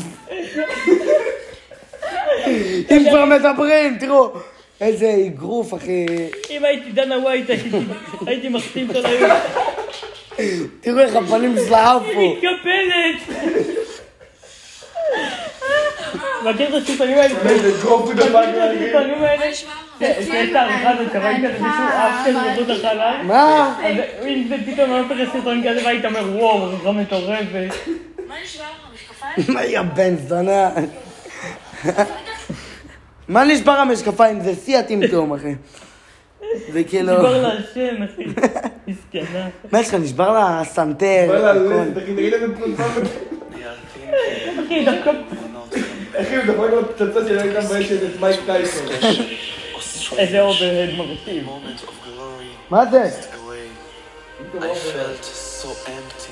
Speaker 2: אם כבר מדברים, תראו. איזה אגרוף, אחי.
Speaker 5: אם הייתי דנה ווייט הייתי- הייתי מחתים את הליהודים.
Speaker 2: תראו איך הפנים שלה עפו.
Speaker 5: מתקפלת! מכיר את הסרטונים האלה?
Speaker 3: איזה גרוף הוא דפק
Speaker 5: מכיר את
Speaker 3: מהגרין.
Speaker 5: הסרטונים האלה? שיש את העריכה הזאת, קבע כזה מישהו עף כזה מחוץ לחלל?
Speaker 2: מה?
Speaker 5: אז אם זה פתאום היה הופך לסרטון כזה והיית אומר וואו, עריכה מטורפת.
Speaker 2: מה יא בן זונה? מה נשבר המשקפיים? זה שיא הטמטום, אחי. זה כאילו...
Speaker 5: דיבר להשם, אחי. מסכנה.
Speaker 2: מה יש לך? נשבר לה הסנטר?
Speaker 3: וואלה,
Speaker 2: הכל.
Speaker 3: זה- תגיד איזה פצצה.
Speaker 5: אחי, דווקא...
Speaker 3: אחי, הוא דפק לו פצצה שלא הייתה מביישת את מייק טייסון.
Speaker 5: איזה אה, אוברהד מרטיב.
Speaker 9: moment of glory
Speaker 2: מה זה?
Speaker 9: away. I felt so empty,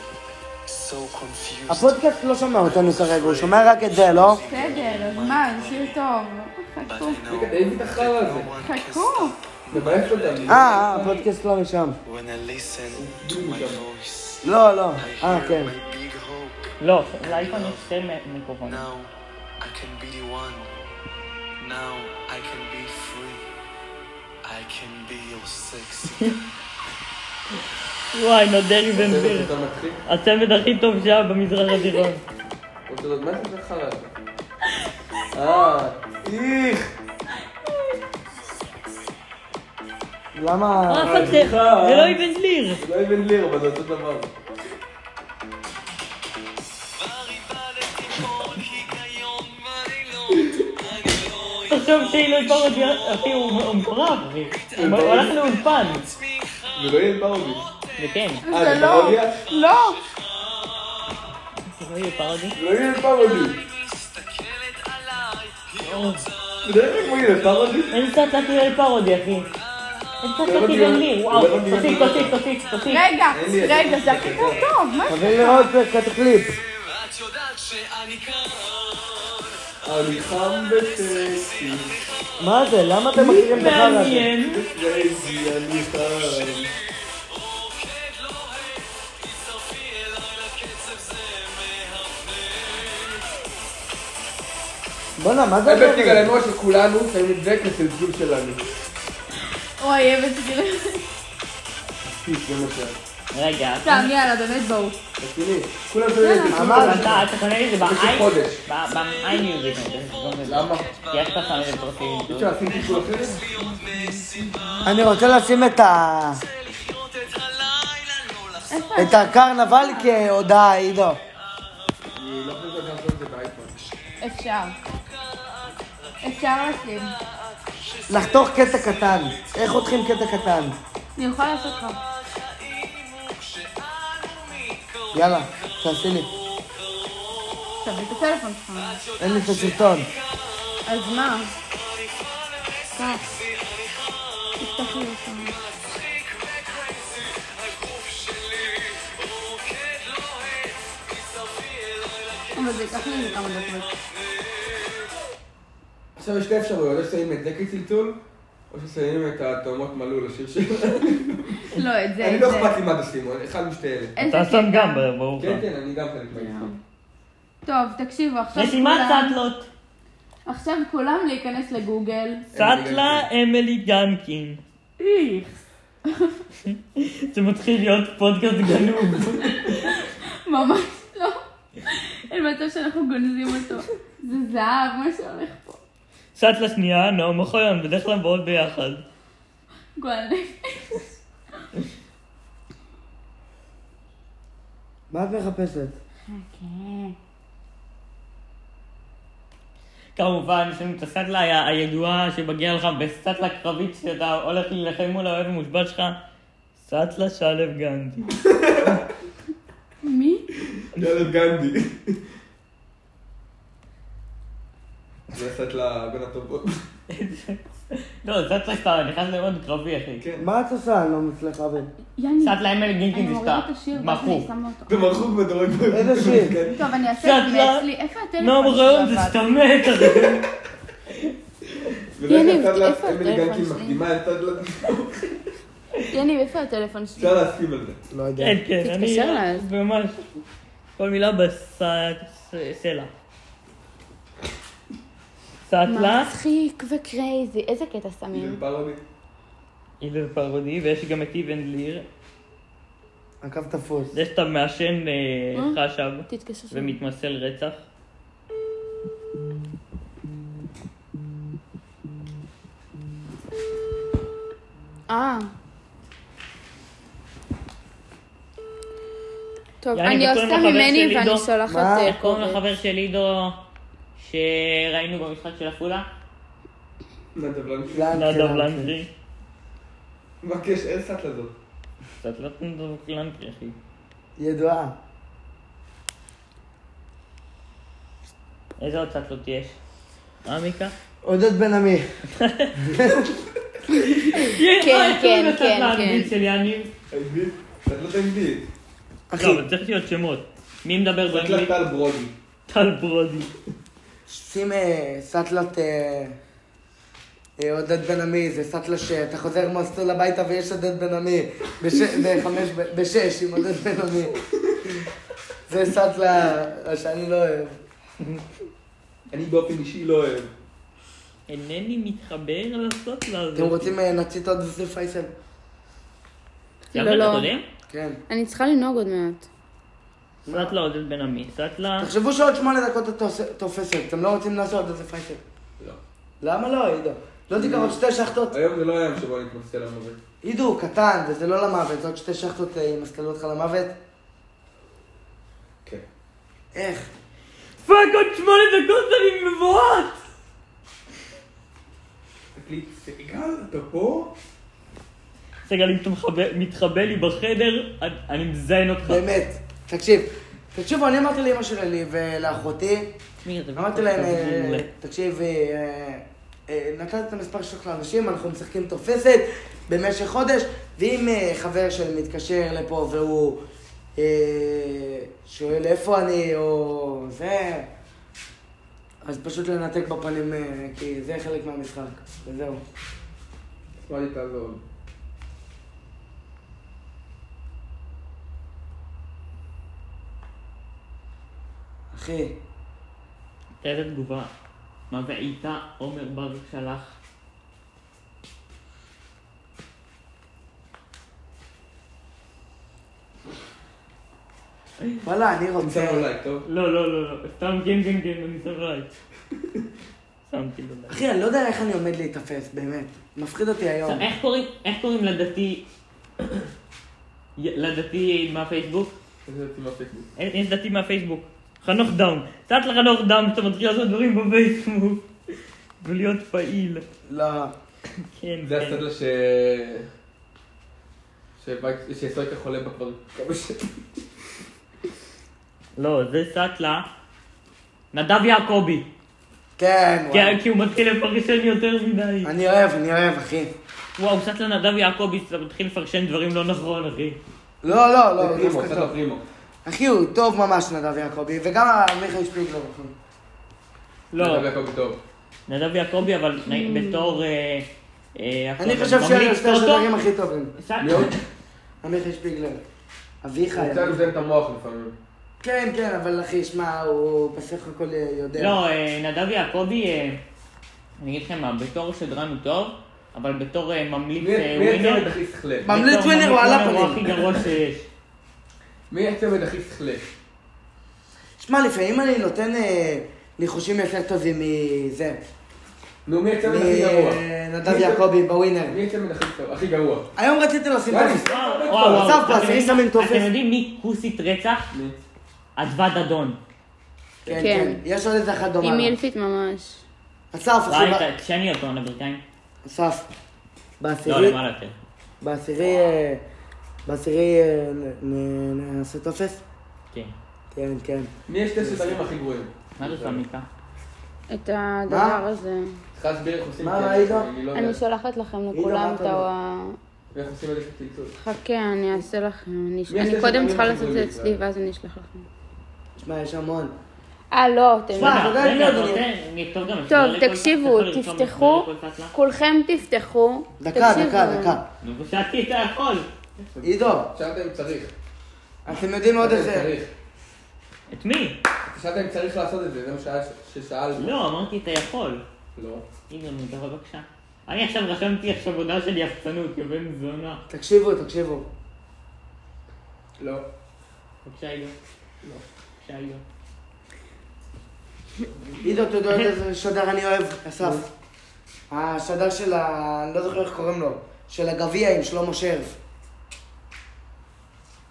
Speaker 9: so confused.
Speaker 2: הפודקאסט לא שומע אותנו כרגע, הוא שומע רק את זה, לא?
Speaker 8: בסדר, אז מה, זה שיר טוב.
Speaker 9: But
Speaker 8: חכו,
Speaker 9: I know
Speaker 3: איזה תחרר הזה.
Speaker 9: no one can
Speaker 8: חכו.
Speaker 9: stop
Speaker 3: מבייש אותם.
Speaker 2: אה, אה, הפודקאסט לא משם.
Speaker 9: when I listen to my voice.
Speaker 2: לא, לא.
Speaker 9: I
Speaker 2: אה,
Speaker 9: hear
Speaker 2: כן.
Speaker 9: my big hope.
Speaker 5: לא, לאייפון יש שתי מ- מיקרופונים.
Speaker 9: Now I can be the one. Now I can be free. I can be your sexy.
Speaker 5: וואי, נו, דרעי בן גביר.
Speaker 3: אתה מצחיק?
Speaker 5: הצמד הכי טוב שהיה במזרח הדירון.
Speaker 3: רוצה לדעת מה זה תחרר הזה? אה, איך.
Speaker 2: למה...
Speaker 5: אה, פתח, זה לא אבן ליר.
Speaker 3: לא אבן ליר, אבל זה אותו דבר.
Speaker 5: תחשוב שאילו פרודי, אחי, הוא הוא מטורף, אחי. הוא הוא הלך לאולפן.
Speaker 3: זה לא יהיה פרודי.
Speaker 5: וכן,
Speaker 8: זה
Speaker 3: אה, זה
Speaker 8: לא,
Speaker 3: פרודיה?
Speaker 8: לא.
Speaker 5: זה לא יהיה פרודי.
Speaker 3: זה לא יהיה פרודי. זה לא יהיה כמו יהיה פרודי.
Speaker 5: אין לא קצת להטיל על פרודי, אחי. אין קצת להטיל על ליר. וואו, תוסיף, תוסיף, תוסיף, תוסיף.
Speaker 8: רגע,
Speaker 3: אין לי את זה.
Speaker 8: רגע, זה הכי טוב, מה
Speaker 2: חייבים לראות את התקליפ.
Speaker 3: אני חם וסקסי.
Speaker 2: מה זה? למה אתם מכירים את החרא הזה?
Speaker 5: מעניין.
Speaker 3: וסקסי, אני חם.
Speaker 2: בואנה, מה זה?
Speaker 3: הבאתי
Speaker 2: הדבר הזה?
Speaker 3: גלנוע של כולנו, שמים את זה כסלזול שלנו.
Speaker 8: אוי, אבן סגיר.
Speaker 3: פיס, זה מה שהיה.
Speaker 5: רגע.
Speaker 8: סתם, יאללה, באמת בואו.
Speaker 3: רציני. כולם שמים את זה. כולם
Speaker 2: אמרתי.
Speaker 5: אתה אתה קונה לי את זה בעין?
Speaker 3: חודש.
Speaker 5: ב- בעין מיוזיק. אני חושב שזה.
Speaker 3: למה?
Speaker 5: כי איך אתה שם את זה פרטי?
Speaker 3: אפשר לשים טיפול אחר?
Speaker 2: אני רוצה לשים את ה... את הקרנבל כהודעה, עידו.
Speaker 3: אני לא חושב שאתה לעשות את זה באייפון.
Speaker 8: אפשר. אפשר לשים.
Speaker 2: לחתוך קטע קטן. איך חותכים קטע קטן?
Speaker 8: אני יכולה לעשות לך.
Speaker 2: יאללה, תעשי לי.
Speaker 8: תביא את הטלפון שלך.
Speaker 2: אין לי את הסרטון.
Speaker 8: אז מה? קח. תפתח לי אותו. אבל זה ייקח לי כמה דקות.
Speaker 3: עכשיו יש שתי אפשרויות, או ששמים את זה כצלצול, או ששמים את התאומות מלול לשיר שלי.
Speaker 8: לא, את זה,
Speaker 3: אני
Speaker 8: את
Speaker 3: לא
Speaker 8: זה.
Speaker 3: אכפת לי מה זה סימון, אחד משתי אלה.
Speaker 8: איזה
Speaker 5: אתה שם
Speaker 8: קטע.
Speaker 5: גם, ברור
Speaker 3: כן,
Speaker 5: לך.
Speaker 3: כן, אני גם חלק מהאיסטור.
Speaker 8: טוב, תקשיבו, עכשיו
Speaker 5: רשימת
Speaker 8: כולם...
Speaker 5: סאטלות.
Speaker 8: עכשיו כולם להיכנס לגוגל.
Speaker 3: אה,
Speaker 5: סאטלה אמילי גנקין.
Speaker 8: איך.
Speaker 5: זה מתחיל להיות פודקאסט גנוב.
Speaker 8: ממש לא. אין מצב שאנחנו גונזים אותו. זה זהב, מה שהולך פה.
Speaker 5: סאטלה שנייה, נעם אוחיון, בדרך כלל באות ביחד.
Speaker 8: גועל נפש.
Speaker 2: מה את מחפשת?
Speaker 5: כמובן, יש לנו את הסאטלה ה- הידועה שמגיעה לך בסאטלה קרבית שאתה הולך להילחם מול האוהב המושבע שלך. סאטלה שלו גנדי.
Speaker 8: מי?
Speaker 3: יאללה לא גנדי. נכנסת לבין הטובות.
Speaker 5: לא, סאטלה שאתה נכנס לעוד קרבי, אחי.
Speaker 3: כן.
Speaker 2: מה את עושה? אני לא מצליח להבין.
Speaker 8: יאני.
Speaker 5: סאטלה אמילי
Speaker 8: אני
Speaker 5: גנקין
Speaker 8: מורידה
Speaker 5: שאתה
Speaker 8: את השיר ואז אני
Speaker 5: מכור.
Speaker 8: שמה אותו.
Speaker 3: זה מרחוק מדורג.
Speaker 2: איזה שיר?
Speaker 8: טוב, אני אעשה את זה
Speaker 5: סאטלה.
Speaker 8: מאצלי. איפה הטלפון?
Speaker 5: נעם
Speaker 8: שלי
Speaker 5: אוחיון לא, זה
Speaker 8: עבד?
Speaker 5: שאתה מת, אחי.
Speaker 3: ולכן
Speaker 1: יניב,
Speaker 3: קצת
Speaker 1: איפה
Speaker 3: אמילי
Speaker 1: הטלפון
Speaker 3: גנקין
Speaker 1: שלי?
Speaker 3: מקדימה את הדלת.
Speaker 1: יניב, איפה הטלפון שלי?
Speaker 3: אפשר להסכים על זה.
Speaker 2: לא יודע.
Speaker 5: כן, כן, אני...
Speaker 1: תתקשר לה אז.
Speaker 5: ממש. כל מילה בסלע. סאטלה,
Speaker 1: מצחיק וקרייזי, איזה קטע
Speaker 3: זה
Speaker 1: שמים.
Speaker 3: פרודי.
Speaker 5: אילן פרודי, ויש גם את איבן ליר.
Speaker 2: הקו תפוס.
Speaker 5: זה שאתה מעשן אה,
Speaker 1: אה?
Speaker 5: חשב
Speaker 1: תתקשר שם.
Speaker 5: ומתמסל רצח.
Speaker 1: אה. טוב,
Speaker 5: יאללה,
Speaker 1: אני עושה
Speaker 5: וקוראים לחבר שלי
Speaker 1: ממני
Speaker 5: דור.
Speaker 1: ואני שולחת
Speaker 2: מה?
Speaker 1: אה,
Speaker 5: איך קוראים
Speaker 1: קובץ.
Speaker 5: לחבר של עידו שראינו במשחק של עפולה?
Speaker 3: נדב לא לנקין.
Speaker 5: נדב לנקרי.
Speaker 3: מה הקשר? אין סאט לזאת.
Speaker 5: קצת לא נדב לנקרי, אחי.
Speaker 2: ידועה.
Speaker 5: איזה עוד סאטלות יש? עמיקה?
Speaker 2: עודד בן עמי.
Speaker 5: אה,
Speaker 1: כן, כן, כן, כן.
Speaker 5: של יניב.
Speaker 3: אנגלית? סאט לא אנגלית.
Speaker 5: לא, אבל צריך להיות שמות. מי מדבר
Speaker 3: סאט לה
Speaker 5: באנגלית?
Speaker 3: טל ברודי.
Speaker 5: טל ברודי.
Speaker 2: שים אה, סאטלת... אה, אה, עודד בן עמי, זה סאטלה שאתה חוזר מהמסלול הביתה ויש עודד בן עמי. בש- בחמש... ב- בשש עם עודד בן עמי. זה סאטלה שאני לא אוהב.
Speaker 3: אני באופן אישי לא אוהב.
Speaker 5: אינני מתחבר לסאטלה הזאת.
Speaker 2: אתם רוצים אה, נצית עוד איזה פייסל?
Speaker 5: זה
Speaker 1: לא,
Speaker 5: הפרק
Speaker 1: לא.
Speaker 5: הקודם?
Speaker 2: כן.
Speaker 1: אני צריכה לנהוג עוד מעט.
Speaker 5: סאטלה עודד בן עמי. סאטלה...
Speaker 2: תחשבו שעוד שמונה דקות את תוס- תופסת, אתם לא רוצים לעשות עוד איזה פייסל.
Speaker 3: לא.
Speaker 2: למה לא, עידו? לא תיקח עוד שתי שחטות.
Speaker 3: היום זה לא היום שבו אני מתמסל למוות.
Speaker 2: עידו, הוא קטן, וזה לא למוות, זה עוד שתי שחטות אה, ימסטלו אותך למוות.
Speaker 3: כן.
Speaker 2: איך?
Speaker 5: פאק עוד שמונה דקות אני מבועת!
Speaker 3: תקליט סיגל, אתה פה?
Speaker 5: סגל, אם אתה מחבא- מתחבא לי בחדר, אני- אני מזיין אותך.
Speaker 2: באמת. תקשיב. תקשיבו, אני אמרתי לאמא שלי ולאחותי,
Speaker 5: מי אתה?
Speaker 2: אמרתי להם,
Speaker 5: אתה
Speaker 2: אה,
Speaker 5: מעולה.
Speaker 2: תקשיב, אה, אה, נתת את המספר שלך לאנשים, אנחנו משחקים תופסת במשך חודש, ואם אה, חבר שלי מתקשר לפה והוא אה, שואל איפה אני, או זה, אז פשוט לנתק בפנים, אה, כי זה חלק מהמשחק, וזהו.
Speaker 3: שמאלי תעזור.
Speaker 5: כן.
Speaker 2: אחי,
Speaker 5: תראה תגובה. מבעיטה עומר בר שלח.
Speaker 2: וואלה, אני
Speaker 3: תמצא לו
Speaker 2: רוצה...
Speaker 3: לייק, טוב?
Speaker 5: לא, לא, לא, לא. סתם כן, כן, כן, אני סבבה. שמתי לו לב.
Speaker 2: אחי, אני לא יודע איך אני עומד להיתפס, באמת. מפחיד אותי היום.
Speaker 5: עכשיו, איך קוראים- איך קוראים לדתי... לדתי מהפייסבוק?
Speaker 3: איזה יוצאים מהפייסבוק.
Speaker 5: אין- יש דתי מהפייסבוק. חנוך דאום. קצת לחנוך דאום, שאתה מתחיל לעשות דברים בפייסבוק. ולהיות פעיל.
Speaker 2: לא.
Speaker 5: כן,
Speaker 3: זה
Speaker 5: כן.
Speaker 3: הסדרה ש... שבייק- שסויקה חולה בה כבר כמה שנים.
Speaker 5: לא, זה סאטלה. נדב יעקבי.
Speaker 2: כן,
Speaker 5: כי-
Speaker 2: וואי.
Speaker 5: כי הוא מתחיל לפרשן יותר מדי.
Speaker 2: אני אוהב, אני אוהב, אחי.
Speaker 5: וואו, סאטלה נדב יעקבי, אתה מתחיל לפרשן דברים לא נכון, אחי.
Speaker 2: לא, לא,
Speaker 3: זה אה?
Speaker 2: לא, הוא
Speaker 3: פרימו,
Speaker 2: דווקא
Speaker 3: סדרה
Speaker 2: טוב.
Speaker 3: פרימו.
Speaker 2: אחי, הוא טוב ממש, נדב יעקבי, וגם מיכאל שפיגלר, אחי.
Speaker 5: לא,
Speaker 3: זה הכל טוב.
Speaker 5: נדב יעקבי, אבל נ- בתור... אה, אה,
Speaker 2: אני
Speaker 5: הכל-
Speaker 2: חושב שאלה
Speaker 5: ממליץ
Speaker 2: שתי
Speaker 5: טוטו?
Speaker 2: השדרים הכי טובים.
Speaker 5: סק-
Speaker 3: מי עוד?
Speaker 2: עמיחי שפיגלר. אביחי.
Speaker 3: יוצא לזיין את המוח לפעמים.
Speaker 2: כן, כן, אבל אחי, שמע, הוא בסך הכל אה, יודע.
Speaker 5: לא, אה, נדב יעקבי, אה, אני אגיד לכם מה, בתור שדרן הוא טוב, אבל בתור אה, ממליץ
Speaker 3: מי
Speaker 5: אה,
Speaker 3: מי
Speaker 5: ווינר...
Speaker 3: הצמד הכי שכלי?
Speaker 2: מה? ממליץ
Speaker 5: בתור
Speaker 2: ווינר, הוא על
Speaker 5: ווינר הוא הכי
Speaker 2: הפנים.
Speaker 5: גרוע שיש.
Speaker 3: מי הצמד הכי שכלי?
Speaker 2: שמע, לפעמים אני נותן אה, ניחושים יותר טובים מזה.
Speaker 3: נו, מי הצמד הכי גרוע?
Speaker 2: מנדב אה, יעקבי בווינר.
Speaker 3: מי הצמד הכי- הכי גרוע?
Speaker 2: היום רציתי לשים
Speaker 3: יאללה,
Speaker 2: טופס.
Speaker 5: וואו,
Speaker 3: אתם
Speaker 5: וואו,
Speaker 2: עזב
Speaker 5: אתם
Speaker 2: פרס, אני
Speaker 5: יודעים-
Speaker 2: אסמן טופס.
Speaker 5: אתם יודעים מי כוסית רצח?
Speaker 3: מי?
Speaker 5: אדוה דדון.
Speaker 2: כן,
Speaker 1: כן.
Speaker 2: כן. יש עוד איזה אחת
Speaker 1: היא
Speaker 2: דומה. לה.
Speaker 1: מילפית ממש.
Speaker 2: אסף, אחי. ב-
Speaker 5: ראית, שני אותו, לברכיים?
Speaker 2: אסף.
Speaker 5: לא,
Speaker 2: בעשירי,
Speaker 5: למעלה יותר.
Speaker 2: בעשירי, אה, בעשירי אה, נ- נ- נעשה טופס?
Speaker 5: כן.
Speaker 2: כן, כן.
Speaker 3: מי יש את הסדרים הכי גרועים?
Speaker 5: מה זה סמיקה?
Speaker 1: את הדבר הזה.
Speaker 3: צריכה להסביר איך עושים
Speaker 2: מה,
Speaker 3: את זה,
Speaker 2: ראית?
Speaker 3: אני לא יודע.
Speaker 1: אני שולחת לכם
Speaker 2: עידו, מה
Speaker 1: לכולם את
Speaker 2: אתה
Speaker 1: ה...
Speaker 3: ואיך עושים את זה בצלצול?
Speaker 1: חכה, אני אעשה לכם. אני-
Speaker 3: יש
Speaker 1: אני
Speaker 3: לזה
Speaker 1: קודם
Speaker 3: דברים
Speaker 1: צריכה
Speaker 3: הכי
Speaker 1: לעשות את זה
Speaker 3: גדולים
Speaker 1: אצלי, ואז אני אשלח לכם.
Speaker 2: שמע, יש המון.
Speaker 1: אה, לא, אתם...
Speaker 2: שמע, אתה יודע
Speaker 5: רגע,
Speaker 2: מי
Speaker 5: רגע, אתה
Speaker 2: עוד
Speaker 5: רוצה? נכתוב גם הסבר
Speaker 1: טוב,
Speaker 5: לכל אחד?
Speaker 1: תקשיבו,
Speaker 5: אתה יכול לרשום
Speaker 1: תפתחו,
Speaker 5: הסבר לכל אחד?
Speaker 1: כולכם תפתחו.
Speaker 2: דקה,
Speaker 1: תקשיבו.
Speaker 2: דקה, דקה.
Speaker 5: נו, ושאלתי את הכל.
Speaker 2: עידו,
Speaker 3: שאלת אם צריך.
Speaker 2: אתם יודעים עוד
Speaker 3: שאלת אם
Speaker 2: איזה...
Speaker 3: צריך.
Speaker 5: את מי?
Speaker 3: שאלת אם צריך לעשות את זה, זה מה שהיה- ששאלנו.
Speaker 5: לא, אמרתי אתה יכול.
Speaker 3: לא.
Speaker 5: הנה, נו, תבוא בבקשה. אני עכשיו רשמתי עכשיו הודעה של יחצנות, כבן זונה.
Speaker 2: תקשיבו, תקשיבו.
Speaker 3: לא.
Speaker 5: בבקשה, עידו.
Speaker 3: לא.
Speaker 5: בבקשה, עידו.
Speaker 2: עידו, אתה יודע עוד איזה שדר אני אוהב? אסף. השדר של ה... אני לא זוכר איך קוראים לו. של הגביע עם שלמה שרף.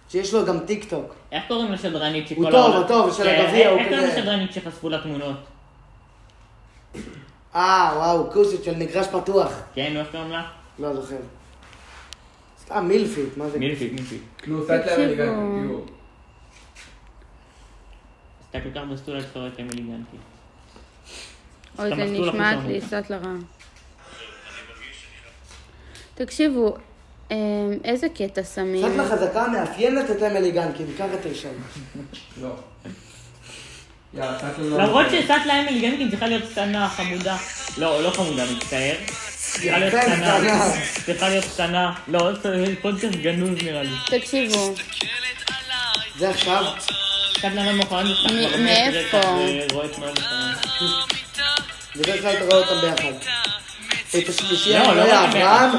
Speaker 2: שיש לו גם טיק טוק.
Speaker 5: איך קוראים לשדרנית שכל
Speaker 2: הוא טוב, הוא טוב, של
Speaker 5: כן,
Speaker 2: הגביע, הוא
Speaker 5: איך קוראים
Speaker 2: כזה-
Speaker 5: לשדרנית שחשפו לה תמונות?
Speaker 2: אה, וואו, כוסית של מגרש פתוח.
Speaker 5: כן, נו, איך קוראים לה?
Speaker 2: לא זוכר. סתם מילפית, מה זה?
Speaker 5: מילפי, מילפי.
Speaker 3: נו, סעת לא, להם
Speaker 1: תקשיבו.
Speaker 3: אליגנטי, תראו.
Speaker 5: אז אתה כל כך בסטולה שאתה רואה את המיליגנטי.
Speaker 1: אוי,
Speaker 5: סתם
Speaker 1: זה
Speaker 5: נתנו לך
Speaker 1: נשמעת
Speaker 5: משם.
Speaker 1: לי קצת לרע. תקשיבו, אה, איזה קטע שמים?
Speaker 2: קצת לחזקה מאפיינת את אמילי גנקין, ככה תרשום.
Speaker 3: לא. יאללה, סעת לנו...
Speaker 5: למרות שסטלה אמיל גנקין צריכה להיות קטנה, חמודה. לא, לא חמודה, מצטער. צריכה להיות
Speaker 2: יפה,
Speaker 5: קטנה.
Speaker 2: קטנה.
Speaker 5: צריכה להיות קטנה. לא, זה פודקאסט גנוז נראה לי.
Speaker 1: תקשיבו,
Speaker 2: זה עכשיו?
Speaker 5: סטלה לא מוכן.
Speaker 1: מ- מאיפה?
Speaker 5: רואה את מה מוכן.
Speaker 2: בדרך כלל אתה רואה אותם ביחד. את השלישייה,
Speaker 5: לא,
Speaker 2: אני
Speaker 5: לא
Speaker 2: רואה
Speaker 5: רואה
Speaker 2: אברהם.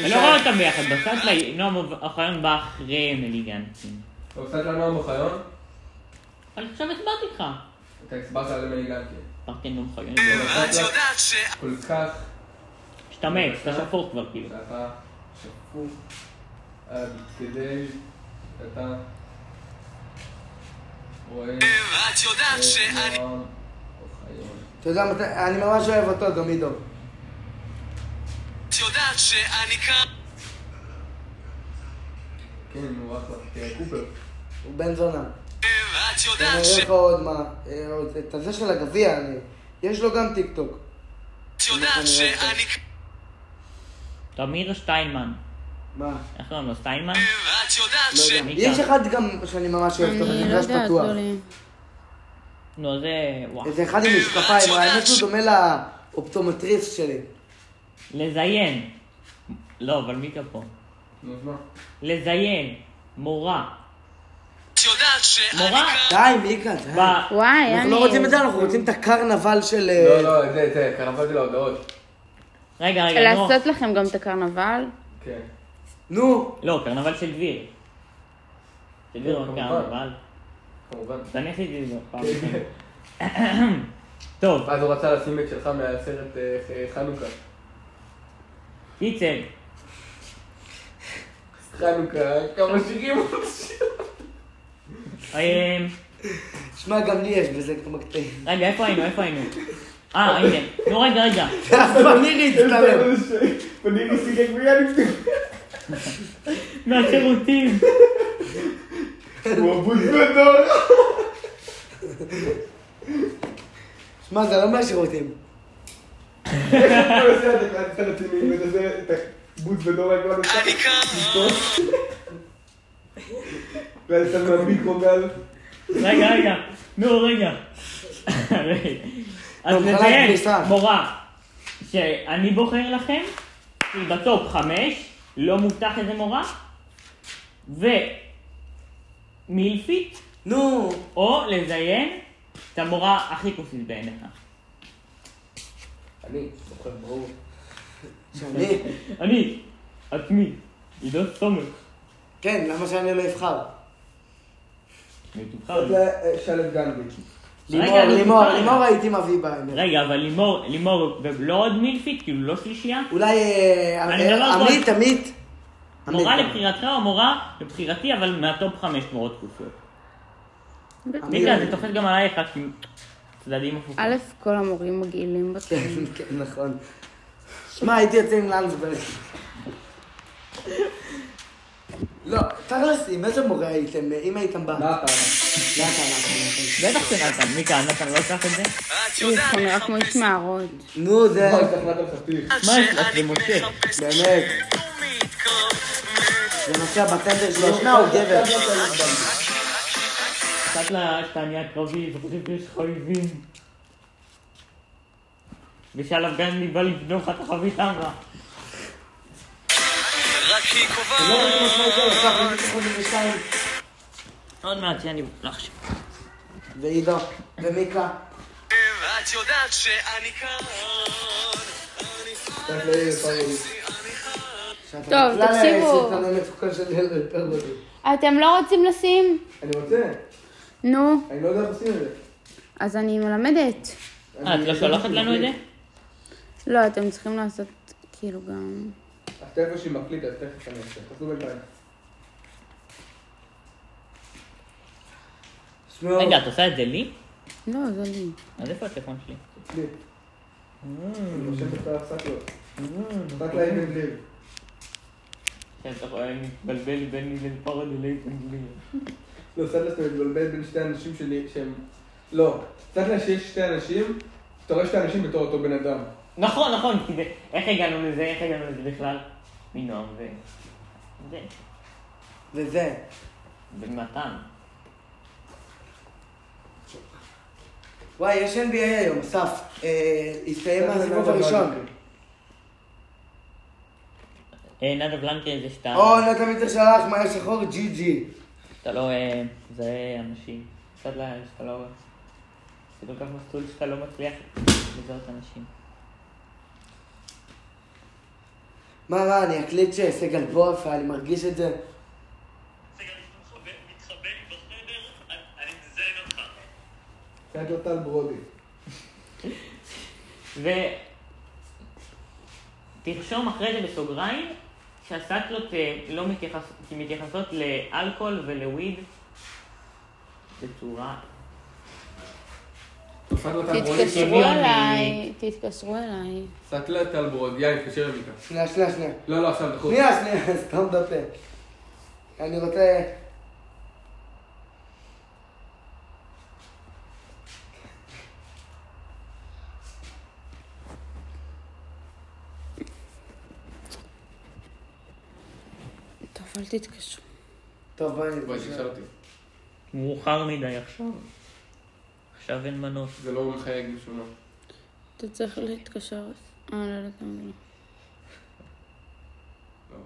Speaker 5: אני לא רואה אותם ביחד. בסטלה, נועם אוחיון לא בא אחרי אמילי גנקין.
Speaker 3: טוב, סעת לנו עם אוחיון?
Speaker 5: אבל עכשיו הסברתי לך.
Speaker 3: אתה הסברת על אליגנטי.
Speaker 5: הסברתי נועם אוחיון.
Speaker 3: כל כך...
Speaker 5: השתמץ, אתה שפוך כבר כאילו.
Speaker 3: שאתה שפוף עד כדי שאתה רואה
Speaker 9: ואת יודעת
Speaker 3: את נועם אוחיון.
Speaker 2: אתה יודע מתי, אני ממש אוהב אותו, גם עידו.
Speaker 9: את יודעת שאני כאן
Speaker 3: כן, נו, אחלה. תראה, קופר.
Speaker 2: הוא בן זונה.
Speaker 9: ואת
Speaker 2: אני
Speaker 9: יודעת
Speaker 2: אראה לך עוד מה. אה, עוד- את הזה של הגביע, אני- יש לו גם טיק טוק.
Speaker 9: שאת יודעת שאני כאן
Speaker 5: תמיר שטיינמן.
Speaker 2: מה?
Speaker 5: איך קוראים לו? סטיינמן?
Speaker 9: ואת יודעת
Speaker 2: לא
Speaker 9: ש...
Speaker 2: יודע.
Speaker 5: מי
Speaker 2: יש
Speaker 5: כאן?
Speaker 2: אחד גם שאני ממש אוהב אותו,
Speaker 1: אני לא
Speaker 2: במגרש
Speaker 1: יודעת,
Speaker 2: פתוח.
Speaker 1: לא לי.
Speaker 5: נו, זה... וואו.
Speaker 2: זה אחד עם משקפיים, האמת שהוא דומה לאופטומטריסט שלי.
Speaker 5: לזיין. לא, אבל מיקה פה.
Speaker 3: נו, אז מה?
Speaker 5: לזיין. מורה.
Speaker 9: את יודעת שאני
Speaker 5: מורה?
Speaker 2: די, מיקה, די.
Speaker 5: ב...
Speaker 1: אה, וואי,
Speaker 2: אנחנו לא רוצים את זה, אנחנו רוצים את הקרנבל של... אה,
Speaker 3: לא, לא, את זה, את זה, קרנבל זה להודעות.
Speaker 5: רגע, רגע, נו.
Speaker 1: לעשות לכם גם את הקרנבל?
Speaker 3: כן.
Speaker 2: נו,
Speaker 5: לא, קרנבל של דביר. של דביר הוא
Speaker 3: כמובן.
Speaker 5: קרנבל.
Speaker 3: כמובן.
Speaker 5: אז אני עשיתי את זה פעם. טוב,
Speaker 3: אז הוא רצה לשים את שלך מהסרט אה, ח- חנוכה.
Speaker 5: קיצר.
Speaker 3: חנוכה, כמה שירים הוא שיר.
Speaker 5: אמ,
Speaker 2: שמע, גם לי יש בזה כמה קטעים.
Speaker 5: רגע, איפה היינו? איפה היינו? אה, הנה. נו, רגע, רגע.
Speaker 2: אז כבר מירי הצטלם.
Speaker 3: פנינו סיגי גבייה לפני.
Speaker 5: מהשירותים.
Speaker 3: הוא אבוד גדול.
Speaker 2: שמע, זה לא מהשירותים.
Speaker 3: הוא עושה את זה, את הסרט שלי, הוא מנסה את הבוץ ודור הגול.
Speaker 9: אני כאן
Speaker 3: ואז אתה מהמיקרוגל.
Speaker 5: רגע, רגע. נו, רגע. אז
Speaker 2: טוב,
Speaker 5: נציין,
Speaker 2: כניסה.
Speaker 5: מורה, שאני בוחר לכם, היא בטופ חמש, לא מובטח איזה מורה, ומילפית,
Speaker 2: נו,
Speaker 5: או לזיין את המורה הכי כוסית בעיניך.
Speaker 2: אני זוכר ברור. שאני?
Speaker 5: אני, עצמי, עידו סומך.
Speaker 2: כן, למה שאני לא אבחר?
Speaker 5: מתוחר.
Speaker 3: שלו גנבי.
Speaker 2: לימור,
Speaker 5: רגע, לא
Speaker 2: לימור,
Speaker 5: דיברנו.
Speaker 2: לימור הייתי מביא באמת.
Speaker 5: רגע, אבל לימור, לימור, ולא עוד מילפית, כאילו לא שלישייה?
Speaker 2: אולי אה,
Speaker 5: אני
Speaker 2: אה,
Speaker 5: מדבר פה-
Speaker 2: עמית, עמית?
Speaker 5: מורה
Speaker 2: עמית. אה.
Speaker 5: לבחירתך או מורה לבחירתי, אבל מהטופ חמש מורות כוסיות.
Speaker 2: עמית.
Speaker 5: ניקה, זה תופס גם עלייך, כי צדדים הפוכים.
Speaker 1: א', כל המורים מגעילים בתחום.
Speaker 2: כן, כן, נכון. שמע, הייתי יוצא עם לנדסברג. לא, תכלס, עם איזה מורה הייתם? אה, אם הייתם בה?
Speaker 3: נתן.
Speaker 2: לאט אנחנו.
Speaker 5: בטח שנתן, מיקה, נתן לא עושה את זה?
Speaker 1: זה נראה כמו איש מערות.
Speaker 2: נו, זה
Speaker 3: אוי, צריך נתן חתיך.
Speaker 5: מה יש לך, זה משה?
Speaker 2: באמת. זה נוסע בטנדר שלו. שמע, הוא גבר.
Speaker 5: קצת לה- שאתה נהיה קרבי, וחושב שיש לך אויבים. ושלב גנדי בא לבדוק לך את החבית אמרה.
Speaker 2: זה לא רק משמעות שלו, הוא סך הכל תיכון עם שתיים.
Speaker 5: עוד מעט שאני לחשוב.
Speaker 2: ועידו, ומיקה.
Speaker 3: Tak, no.
Speaker 2: שאתה
Speaker 1: טוב,
Speaker 2: בכלל אה,
Speaker 1: תקשיבו.
Speaker 2: סרטון המפוקד של ילד פרבודי.
Speaker 1: אתם לא רוצים לשים?
Speaker 3: אני רוצה,
Speaker 1: נו,
Speaker 3: אני לא יודע איך עושים את זה.
Speaker 1: אז אני מלמדת.
Speaker 5: אה, את לא שולחת לנו את זה?
Speaker 1: לא, אתם צריכים לעשות כאילו גם...
Speaker 3: אז תכף שהיא מקליטה, אז תכף אני אעשה. תעשו בינתיים.
Speaker 2: שמעו,
Speaker 5: רגע, את עושה את זה לי?
Speaker 1: לא, זה לי.
Speaker 5: אז איפה הטלפון שלי?
Speaker 3: לי. אני חושב שאתה הפסק לו. רק להם אין לי.
Speaker 5: כן, אתה רואה, אני מתבלבל בין איזן פרודי לאיזן גליר.
Speaker 3: לא, סטלס מתבלבל בין שתי אנשים שלי שהם... לא, סטלס שיש שתי אנשים, אתה רואה שתי אנשים בתור אותו בן אדם.
Speaker 5: נכון, נכון, כי זה... איך הגענו לזה? איך הגענו לזה בכלל? מנועם ו... זה.
Speaker 2: וזה.
Speaker 5: ומתן.
Speaker 2: וואי, יש NBA היום, אסף. אה, הסתיים הסיבוב הראשון.
Speaker 5: אה, נדב לנקרי זה שאתה...
Speaker 2: או, לא נתן מיטר שלח, מה יש שחור? ג'י ג'י.
Speaker 5: שאתה לא אה, מזהה אנשים. קצת לה... שאתה לא... זה כל כך מסלול שאתה לא מצליח לזהות אנשים.
Speaker 2: מה, מה, אני אקליט שסגל בוף, אני מרגיש את זה.
Speaker 3: קצת לא טל ברודי.
Speaker 5: ו... תרשום אחרי זה בסוגריים שהסטלות אה, לא מתייחס... כי מתייחסות לאלכוהול ולוויד בצורה...
Speaker 1: תתקשרו אליי, תתקשרו אליי.
Speaker 3: סטלה טל ברודי, יאי, תתקשר למיקה.
Speaker 2: שנייה, שנייה, שנייה.
Speaker 3: לא, לא, עכשיו דחוף.
Speaker 2: שנייה, שנייה, סתום את הפה. אני רוצה...
Speaker 1: טוב, אל תתקשרו.
Speaker 2: טוב, בואי
Speaker 3: בואי,
Speaker 2: אני...
Speaker 3: תשאל אותי.
Speaker 5: מאוחר מדי עכשיו. עכשיו אין מנוס.
Speaker 3: זה לא מחייג משום מה.
Speaker 1: אתה צריך להתקשר. אה, לא יודעת למה לא.
Speaker 3: לא.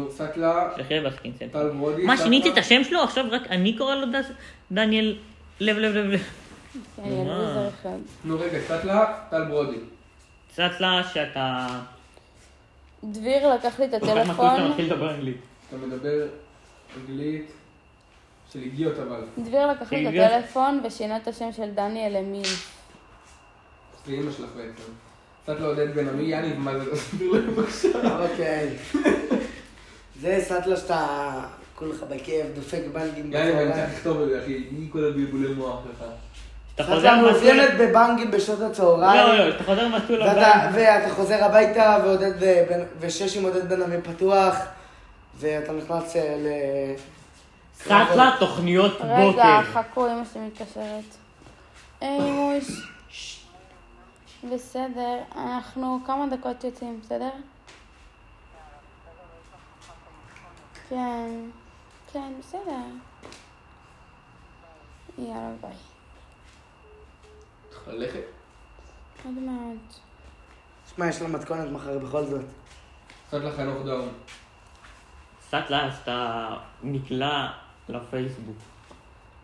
Speaker 3: נו, סטלה,
Speaker 5: שחרר בסקינסל.
Speaker 3: טל ברודי.
Speaker 5: מה,
Speaker 3: סטלה-
Speaker 5: שיניתי את השם שלו? עכשיו רק אני קורא לו דס- דניאל לב לב לב לב.
Speaker 1: אה, זה היה
Speaker 5: מה?
Speaker 1: לוזר אחד.
Speaker 3: נו, רגע, סטלה, טל ברודי.
Speaker 5: קצת לה שאתה...
Speaker 1: דביר לקח לי את
Speaker 5: כל כך מצוי שאתה
Speaker 1: הטלפון.
Speaker 5: מתחיל לדבר אנגלית.
Speaker 3: אתה מדבר אנגלית של הגיעות אבל.
Speaker 1: דביר לקח לי את
Speaker 5: דביר-
Speaker 1: הטלפון ושינה את השם של דניאל למין.
Speaker 3: זה אימא שלך בעצם. סטלה עודד בן עמי, יאניב, מה זה? תסביר לנו בבקשה.
Speaker 2: אוקיי. זה סטלה שאתה... כולך בכאב, דופק בנגים
Speaker 3: יאניב, אני
Speaker 2: בצהריים.
Speaker 3: צריך לכתוב את זה, אחי. מי כל הבלבולי מוח שלך?
Speaker 5: שאתה חוזר
Speaker 2: סטלה
Speaker 5: מסלול...
Speaker 2: מאופיינת בבנגים בשעות הצהריים.
Speaker 5: לא, לא, שאתה חוזר מסלול
Speaker 2: ואתה,
Speaker 5: הבא.
Speaker 2: ואתה חוזר הביתה, ועודד אה, בן, ושש עם עודד בן עמי פתוח, ואתה נכנס אה, ל...
Speaker 5: קצת לה תוכניות
Speaker 1: רגע,
Speaker 5: בוקר.
Speaker 1: חכו, אמא שלי מתקשרת. היי, אימוש. בסדר, אנחנו כמה דקות יוצאים, בסדר? כן, כן, בסדר. יאללה, ביי.
Speaker 3: ללכת?
Speaker 1: עוד מעט.
Speaker 2: שמע, יש לה מתכונת מחר בכל זאת.
Speaker 10: קצת לחנוך דאון.
Speaker 5: סטלה עשתה נקלע לפייסבוק.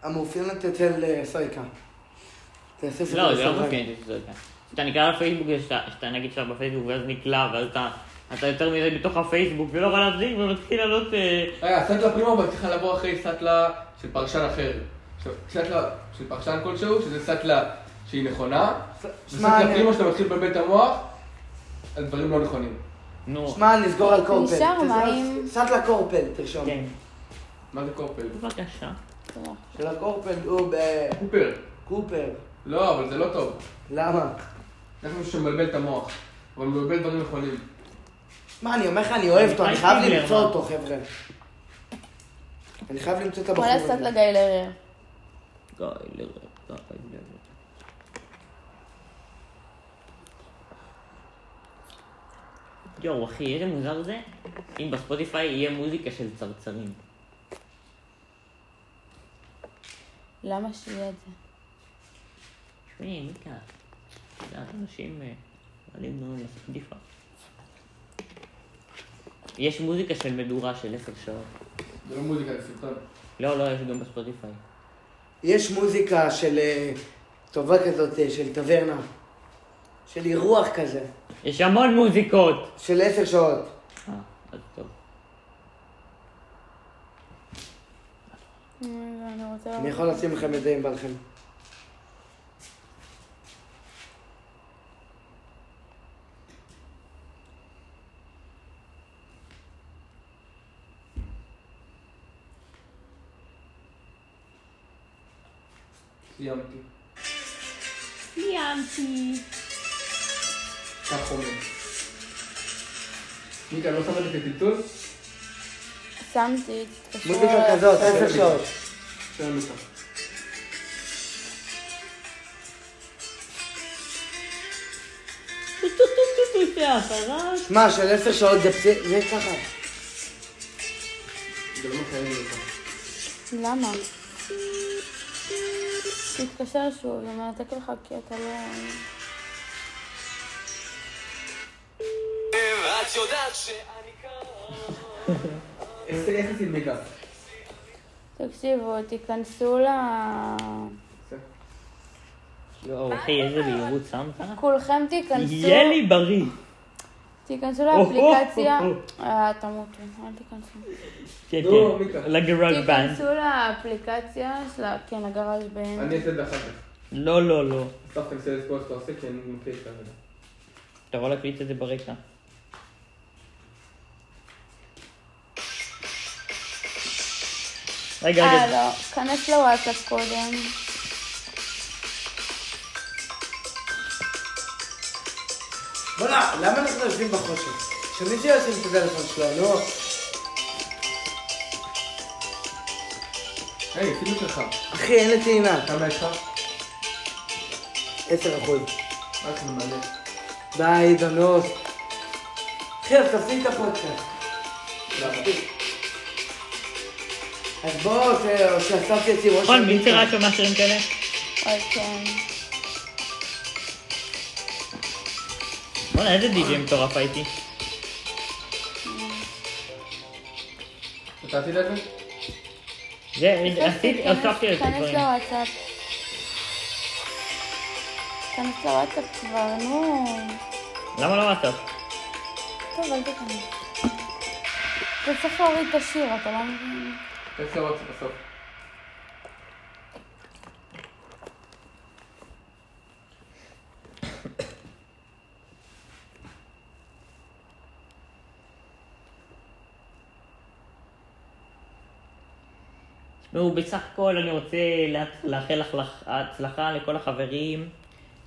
Speaker 2: המאופיינת אצל אה, סויקה. תאסף את
Speaker 5: לא, זה לא
Speaker 2: בסוגריים.
Speaker 5: מפגין אותי שזה כשאתה נקלע לפייסבוק, יש את ה- שאתה נגיד שם בפייסבוק ואז נקלע, ואז אתה... אתה יותר מזה בתוך הפייסבוק ולא יכול להחזיק ומתחיל לעלות... אה,
Speaker 3: רגע, סטלה פרימובה צריכה לבוא אחרי סטלה של פרשן אחר. עכשיו, סטלה של פרשן כלשהו, שזה סטלה שהיא נכונה,
Speaker 2: שמע,
Speaker 3: וסטלה
Speaker 2: אני-
Speaker 5: כאילו
Speaker 3: פרימו שאתה מתחיל לבלבל את המוח על דברים לא נכונים.
Speaker 5: נו,
Speaker 2: שמע, נסגור על קורפל.
Speaker 1: נשאר
Speaker 2: תזרוק-
Speaker 1: מים.
Speaker 2: סט לה קורפל, תרשום.
Speaker 5: כן.
Speaker 3: מה זה קופל?
Speaker 5: בבקשה.
Speaker 2: של הקורפל הוא אה, בקופר.
Speaker 3: קופר. לא, אבל זה לא טוב.
Speaker 2: למה?
Speaker 3: זה משהו שמבלבל את המוח, אבל מבלבל דברים נכונים.
Speaker 2: שמע, אני אומר לך, אני אוהב אותו, אני חייב
Speaker 5: טיגלר,
Speaker 2: למצוא
Speaker 5: מה?
Speaker 2: אותו, חבר'ה. אני חייב למצוא את הבחור
Speaker 1: בוא לעשות
Speaker 2: הזה.
Speaker 1: לגיא לרר.
Speaker 5: גיא, לרע, גיא, לרע. יואו אחי, איזה מוזר זה אם בספוטיפיי יהיה מוזיקה של צרצרים.
Speaker 1: למה שיהיה את זה?
Speaker 5: תשמעי, מיקה, זה אנשים אה, עולים לנו לספוטיפיי. יש מוזיקה של מדורה של עשר שעות.
Speaker 3: זה לא מוזיקה, זה סרטון.
Speaker 5: לא, לא, יש גם בספוטיפיי.
Speaker 2: יש מוזיקה של אה, טובה כזאת, אה, של טברנה. של אירוח כזה.
Speaker 5: יש המון מוזיקות!
Speaker 2: של עשר שעות.
Speaker 5: אה, אז טוב.
Speaker 1: אני רוצה...
Speaker 2: אני יכול לשים לכם את זה אם בא לכם.
Speaker 3: סיימתי.
Speaker 1: סיימתי.
Speaker 3: כך אומר. מיקה, לא שמת את הטלטול?
Speaker 1: שמתי, תתקשרו
Speaker 2: מוזיקה
Speaker 1: אליי.
Speaker 2: כזאת, עשר שעות.
Speaker 3: של מיקה.
Speaker 5: טו טו טו טו טו זה הפרש.
Speaker 2: שמע, של עשר שעות זה פס... זה ככה.
Speaker 3: זה לא מחייב מיקה.
Speaker 1: למה? תתקשר שוב, זה מנתק לך כי אתה לא...
Speaker 3: איך איך עשית מיקה?
Speaker 1: תקשיבו, תיכנסו ל...
Speaker 5: יואו אחי, איזה מהירות שמת?
Speaker 1: כולכם תיכנסו...
Speaker 5: אה? יהיה לי בריא.
Speaker 1: תיכנסו לאפליקציה...
Speaker 5: או, או, או.
Speaker 1: אה, תמותו, אל תיכנסו.
Speaker 5: כן,
Speaker 3: נו,
Speaker 5: כן.
Speaker 3: מיקה.
Speaker 5: לגראז' בנד.
Speaker 1: תיכנסו לאפליקציה של ה... כן, הגראז' בן.
Speaker 3: אני אעשה את זה אחר כך.
Speaker 5: לא, לא, לא.
Speaker 3: סתם תנסה את כל שאתה עושה, כי אני מכיר את זה.
Speaker 5: אתה יכול להקליט את זה ברקע. רגע,
Speaker 1: אה,
Speaker 5: רגע.
Speaker 1: לא, כנס לוואטסאפ קודם.
Speaker 2: בוא'נה, למה אנחנו יושבים בחושך? שמישהו ישים את הטלפון שלו, נו.
Speaker 3: היי, אפילו שלך.
Speaker 2: אחי, אין לי טעינה.
Speaker 3: כמה יש לך?
Speaker 2: עשר אחוז.
Speaker 3: רק ממלא.
Speaker 2: די, דנוס. אחי, אז תפסיק את הפודקאסט. אז בואו, ת- שאסף יציר ראש
Speaker 5: נכון, מי
Speaker 2: הביטה.
Speaker 5: צירה שם מאשרים כאלה?
Speaker 1: אוי, כן.
Speaker 5: בוא'נה, איזה דיג'י מטורף הייתי.
Speaker 3: אתה עשית את זה?
Speaker 5: זה, עשיתי, הוספתי את
Speaker 1: כנס
Speaker 5: הדברים.
Speaker 1: לוואטסאפ. כנס לוואטסאפ כבר, נו.
Speaker 5: למה לא לעשות?
Speaker 1: טוב, אל תיכנס. אתה צריך להוריד את השיר, אתה לא מבין.
Speaker 3: איך זה רוצה בסוף?
Speaker 5: תשמעו, בסך הכל אני רוצה לה- לאחל לך- הצלחה לכל החברים,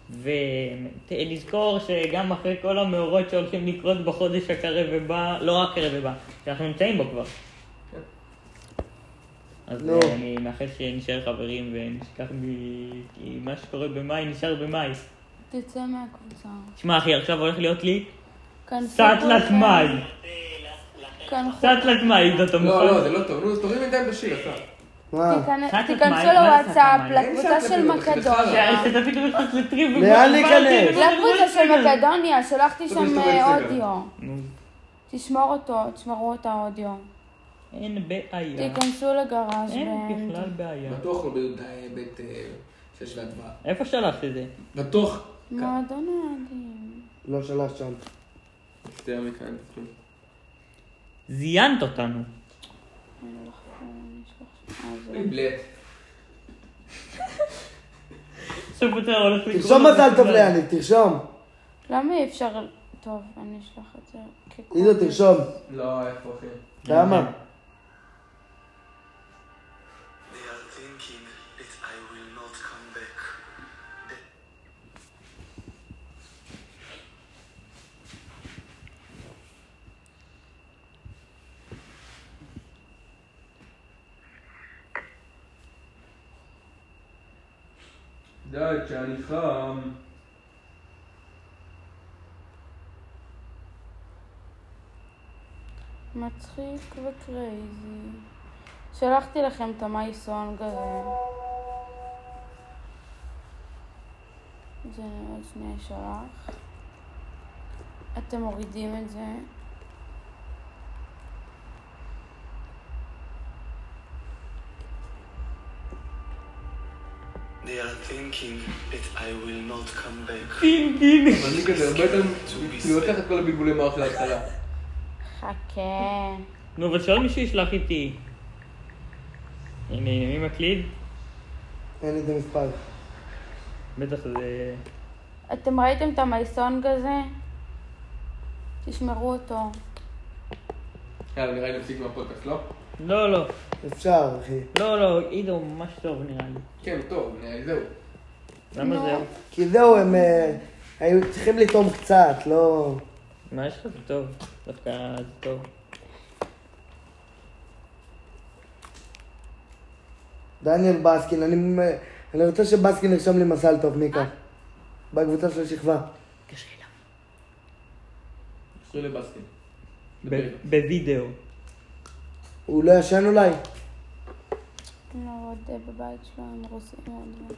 Speaker 5: ולזכור שגם אחרי כל המאורעות שהולכים לקרות בחודש הקרב ובא, לא הקרב ובא, שאנחנו נמצאים בו כבר.
Speaker 3: כן.
Speaker 5: אז
Speaker 2: נו.
Speaker 5: אה, אני מאחל שנשאר חברים ונשכח מ... כי מה שקורה במאי נשאר במאי.
Speaker 1: תצא מהקבוצה.
Speaker 5: תשמע אחי, עכשיו הולך להיות לי
Speaker 1: כנסו
Speaker 5: סטלת
Speaker 1: כולכם.
Speaker 5: מאי.
Speaker 1: כנסו.
Speaker 5: סטלת מאי, זאת
Speaker 3: לא,
Speaker 5: המוכן.
Speaker 2: לא,
Speaker 5: נכון.
Speaker 3: לא, זה לא טוב. נו, אז תוריד בינתיים את השיר, אסף.
Speaker 2: מה?
Speaker 5: קצת את
Speaker 1: תיכנסו
Speaker 5: מה- מה
Speaker 1: לוואטסאפ,
Speaker 5: זה אה,
Speaker 3: אין
Speaker 1: לקבוצה
Speaker 3: שם
Speaker 1: של
Speaker 3: כזה לא. דבר, זה
Speaker 1: מקדוניה.
Speaker 5: שתביא את המכתב לטריפ.
Speaker 2: לאן להיכנס?
Speaker 3: אה,
Speaker 1: לקבוצה של מקדוניה, שלחתי
Speaker 3: לא
Speaker 1: שם
Speaker 3: מסתובב
Speaker 1: אה,
Speaker 3: סגר.
Speaker 1: אודיו. תשמור אותו, תשמרו את האודיו.
Speaker 3: אה.
Speaker 5: אין בעיה.
Speaker 1: תיכנסו לגראז'
Speaker 5: אין
Speaker 1: ו...
Speaker 5: בכלל בעיה.
Speaker 3: בטוח לא בי"ד בית אה, שש והדברה.
Speaker 5: איפה שלחת את זה?
Speaker 3: בטוח.
Speaker 1: מועדון אוהדים.
Speaker 2: לא שלח שם.
Speaker 3: תראה מכאן. כן.
Speaker 5: זיינת אותנו.
Speaker 1: לא אה,
Speaker 3: בלט.
Speaker 5: עכשיו אתה הולך לקרוא.
Speaker 2: תרשום
Speaker 5: לו
Speaker 2: מזל טוב
Speaker 5: בכלל.
Speaker 2: ליאניב, תרשום.
Speaker 1: למה אי אפשר... טוב, אני אשלח את זה. כקוד.
Speaker 2: עידו, תרשום.
Speaker 3: לא, איפה אחי?
Speaker 2: למה?
Speaker 9: They are thinking that I will not come back. That
Speaker 3: יודעת שאני חם.
Speaker 1: מצחיק וקרייזי. שלחתי לכם את המאי סונג הזה. זה עוד שנייה שלח. אתם מורידים את זה.
Speaker 9: they are thinking that I will not come back.
Speaker 3: אבל אני כזה הרבה יותר... אני לוקח את כל הבלבולי מערכת להתחלה.
Speaker 1: חכה.
Speaker 5: נו, אבל שעוד מישהו ישלח איתי. הנה, הנה, מי מקליד?
Speaker 2: אין לי את המספר.
Speaker 5: בטח זה...
Speaker 1: אתם ראיתם את המייסונג הזה? תשמרו אותו.
Speaker 3: יאללה, נראה לי נפסיק מהפודקאסט, לא?
Speaker 5: לא, לא.
Speaker 2: אפשר, אחי.
Speaker 5: לא, לא, עידו ממש טוב נראה לי.
Speaker 3: כן, טוב, נראה לי זהו.
Speaker 5: למה
Speaker 1: נו.
Speaker 5: זהו?
Speaker 2: כי זהו, הם אה, היו צריכים לטעום קצת, לא...
Speaker 5: מה יש לך? זה טוב. דווקא זה טוב.
Speaker 2: דניאל בסקין, אני, אני רוצה שבסקין ירשום לי מזל טוב, מיקה. בקבוצה של השכבה.
Speaker 3: תחזרי לבסקי.
Speaker 5: ב- בווידאו.
Speaker 2: הוא לא ישן אולי?
Speaker 1: לא, עוד אה, בבית שלו הם רוסים לא. מאוד.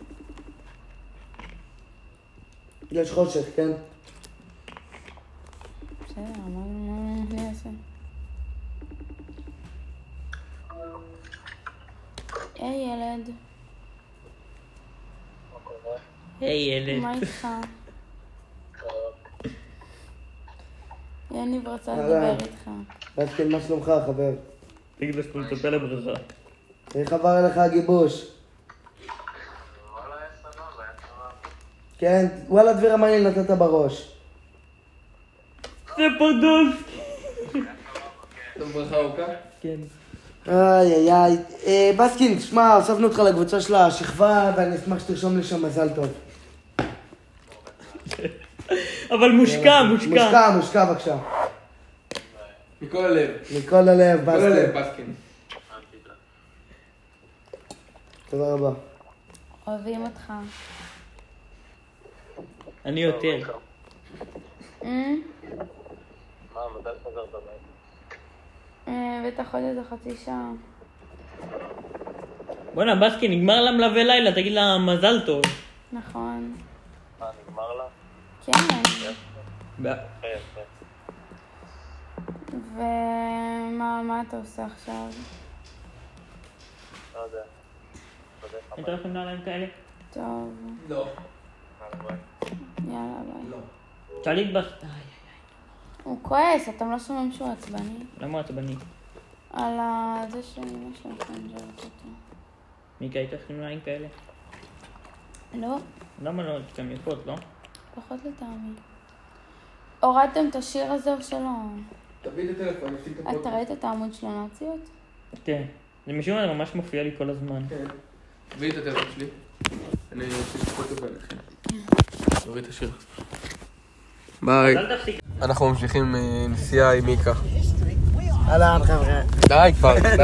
Speaker 2: יש חושך, כן?
Speaker 1: בסדר, מה מה אני אעשה? היי ילד,
Speaker 5: היי ילד.
Speaker 1: מה איתך? יניב רצה
Speaker 2: אהלן.
Speaker 1: לדבר איתך.
Speaker 2: בסקין, מה שלומך, חבר?
Speaker 5: תגיד לו שאתה מצפה לבריכה.
Speaker 2: איך עבר עליך הגיבוש? כן, וואלה, דביר אמר לי נתת בראש.
Speaker 5: זה פרדוס!
Speaker 3: טוב, ברכה ארוכה?
Speaker 5: כן.
Speaker 2: איי איי איי. אה, בסקין, שמע, הוספנו אותך לקבוצה של השכבה, ואני אשמח שתרשום לי שם מזל טוב.
Speaker 5: אבל אה, מושקע, מושקע.
Speaker 2: מושקע, מושקע בבקשה.
Speaker 3: מכל הלב.
Speaker 2: מכל הלב,
Speaker 3: מכל הלב,
Speaker 2: בסקין.
Speaker 3: בסקין.
Speaker 2: תודה רבה.
Speaker 1: אוהבים אותך.
Speaker 5: אני יותר.
Speaker 1: אמ? אה, בטח עוד איזה חצי שעה.
Speaker 5: בואנה, בסקי, נגמר לה מלווה לילה, תגיד לה מזל טוב.
Speaker 1: נכון.
Speaker 11: מה, נגמר לה?
Speaker 1: כן.
Speaker 5: ב-
Speaker 11: כן, כן.
Speaker 1: ומה מה אתה עושה עכשיו?
Speaker 11: לא יודע. בדרך כלל,
Speaker 5: הייתה לכם נעליים כאלה?
Speaker 1: טוב,
Speaker 3: לא.
Speaker 11: יאללה, ביי.
Speaker 1: יאללה ביי.
Speaker 5: תעלי את בס... איי,
Speaker 1: הוא כועס, אתם לא שומעים שהוא עצבני?
Speaker 5: למה אתה בני?
Speaker 1: על ה- זה שאימא שלכם זורקת אותו.
Speaker 5: מיקה, הייתה לכם נעליים כאלה?
Speaker 1: לא,
Speaker 5: למה לא? את גם יפות, לא?
Speaker 1: פחות לטעמי. הורדתם את השיר הזה או שלא?
Speaker 3: תביא את הטלפון, נפסיק את
Speaker 1: אתה
Speaker 3: הפודקאסט.
Speaker 1: ראית את העמוד של הנאציות?
Speaker 5: כן. זה משום מה זה ממש מופיע לי כל הזמן.
Speaker 3: כן. תביא את הטלפון שלי. אני אמשיך את הפודקאסט ואני אתחיל. תוריד את השיר. ביי.
Speaker 5: אל תפסיק.
Speaker 3: אנחנו ממשיכים אה, נסיעה עם מיקה.
Speaker 2: אהלן, חבר'ה.
Speaker 3: די כבר, די.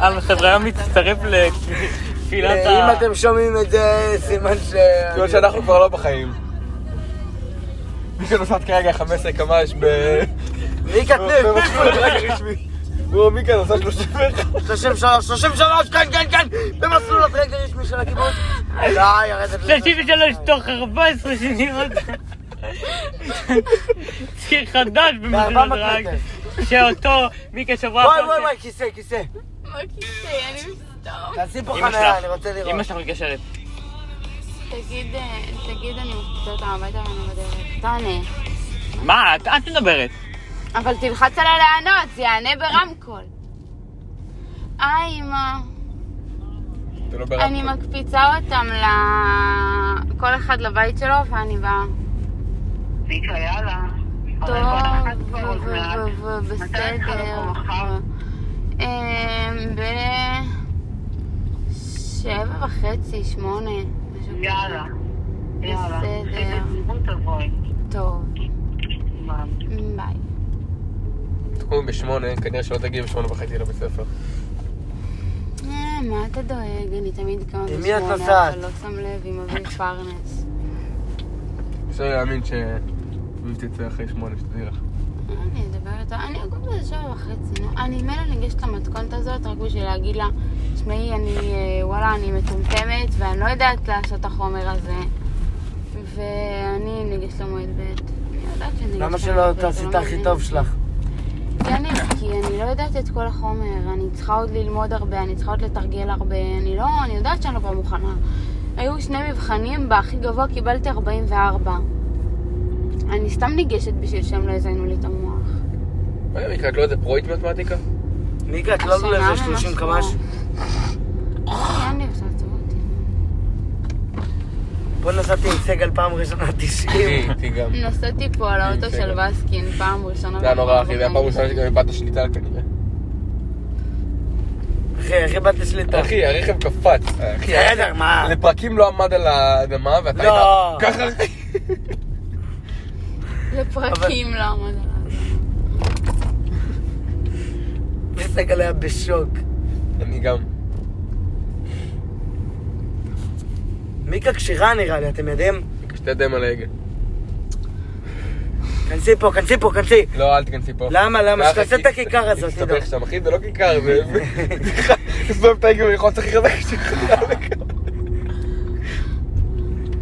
Speaker 5: אהלן, חברה מצטרף לתפילת
Speaker 2: אם
Speaker 5: ה...
Speaker 2: אתם שומעים את זה, סימן ש...
Speaker 3: כאילו שאנחנו כבר לא בחיים. מיקה נוסעת כרגע 15 קמ"ש ב...
Speaker 2: מיקה, תני,
Speaker 3: במסלול רגע רשמי.
Speaker 12: הוא מיקן עשה 33. 33, כן, כן, כן! במסלול הטרקר יש מי של הקיבוץ.
Speaker 2: אה,
Speaker 12: די, ירדת לזה.
Speaker 5: 33 תוך 14 שניות. ציר חדש במדינת
Speaker 12: ב-400
Speaker 5: רג,
Speaker 12: מטר.
Speaker 5: שאותו מיקה שבוע
Speaker 12: וואי, וואי, וואי, כיסא, כיסא.
Speaker 2: מה כיסא, אני מסתום.
Speaker 12: תעשי פה
Speaker 5: אמא
Speaker 12: חניה,
Speaker 5: שלך-
Speaker 12: אני רוצה לראות.
Speaker 5: אמא שלך מתקשרת.
Speaker 1: תגיד, אה, תגיד, אני מפצה אותם הביתה ואני לא בדרך. תענה.
Speaker 5: מה, את את מדברת.
Speaker 1: אבל תלחץ עליה לענות, זה יענה ברמקול. היי, אמא.
Speaker 13: אתה לא ברמקול.
Speaker 1: אני מקפיצה אותם ל... כל אחד לבית שלו, ואני באה. טוב, ו- ו- ו- בסדר. אמ, ב... שבע וחצי, שמונה. משהו כזה. בסדר. טוב. ביי.
Speaker 3: תקום בשמונה, כנראה שלא תגיעי בשמונה וחצי לבית ספר.
Speaker 1: אה, מה אתה דואג? אני תמיד קמה
Speaker 12: עם מי את
Speaker 1: בשמונה,
Speaker 12: נוסעת?
Speaker 1: אבל לא שם לב עם אביב פרנס.
Speaker 3: אפשר להאמין ש... אם תצא אחרי שמונה, שתדעי לך.
Speaker 1: אני אדבר איתה, אני אקום באיזה שבע וחצי, נו. אני מילא ניגשת למתכונת הזאת רק בשביל להגיד לה, תשמעי, אני, אה, וואלה, אני מטומטמת ואני לא יודעת לעשות את החומר הזה. ואני ניגשת למועד ב'. אני יודעת שאני ניגשת
Speaker 12: למה
Speaker 1: למועד
Speaker 12: שלא
Speaker 1: ב',
Speaker 12: תעשי
Speaker 1: זה
Speaker 12: את
Speaker 1: לא
Speaker 12: הכי
Speaker 1: מעניין.
Speaker 12: טוב שלך?
Speaker 1: יניב, כי אני לא יודעת את כל החומר, אני צריכה עוד ללמוד הרבה, אני צריכה עוד לתרגל הרבה, אני לא, אני יודעת שאני לא באה מוכנה. היו שני מבחנים, בהכי גבוה קיבלתי 44. אני סתם ניגשת בשביל שהם לא יזיינו לי את המוח.
Speaker 3: מה מקרה, את לא איזה פרויט מתמטיקה?
Speaker 12: מיקה, את לא
Speaker 1: השנה
Speaker 12: לאיזה 30
Speaker 1: ממש
Speaker 12: קמ"ש?
Speaker 1: לא. יניב, תעצור אותי.
Speaker 12: פה נסעתי עם סגל פעם ראשונה 90.
Speaker 3: איתי גם.
Speaker 1: לא, נסעתי פה על האוטו של וסקין פעם ראשונה.
Speaker 3: אה, זה היה נורא,
Speaker 1: לא,
Speaker 3: אחי, זה היה פעם ראשונה שגם איבדת שליטה כנראה.
Speaker 12: אחי, איך איבדת שליטה?
Speaker 3: אחי, הרכב קפץ. אחי,
Speaker 12: בסדר, מה?
Speaker 3: לפרקים לא עמד על האדמה, ואתה
Speaker 12: לא.
Speaker 3: היית ככה, אחי.
Speaker 1: לפרקים לא עמד עליו.
Speaker 12: וסגל היה בשוק.
Speaker 3: אני גם.
Speaker 12: מיקה כשירה נראה לי, אתם יודעים?
Speaker 3: שתי ידיים על ההגה.
Speaker 12: כנסי פה, כנסי פה, כנסי.
Speaker 3: לא, אל תיכנסי פה.
Speaker 12: למה, למה?
Speaker 3: לא,
Speaker 12: שתעשה
Speaker 3: אחי,
Speaker 12: את הכיכר הזאת,
Speaker 3: תסתבך
Speaker 12: עידו.
Speaker 3: שם, אחי, זה לא כיכר, זה... תסתובב את ההגה ולחוץ הכי חזק שלך.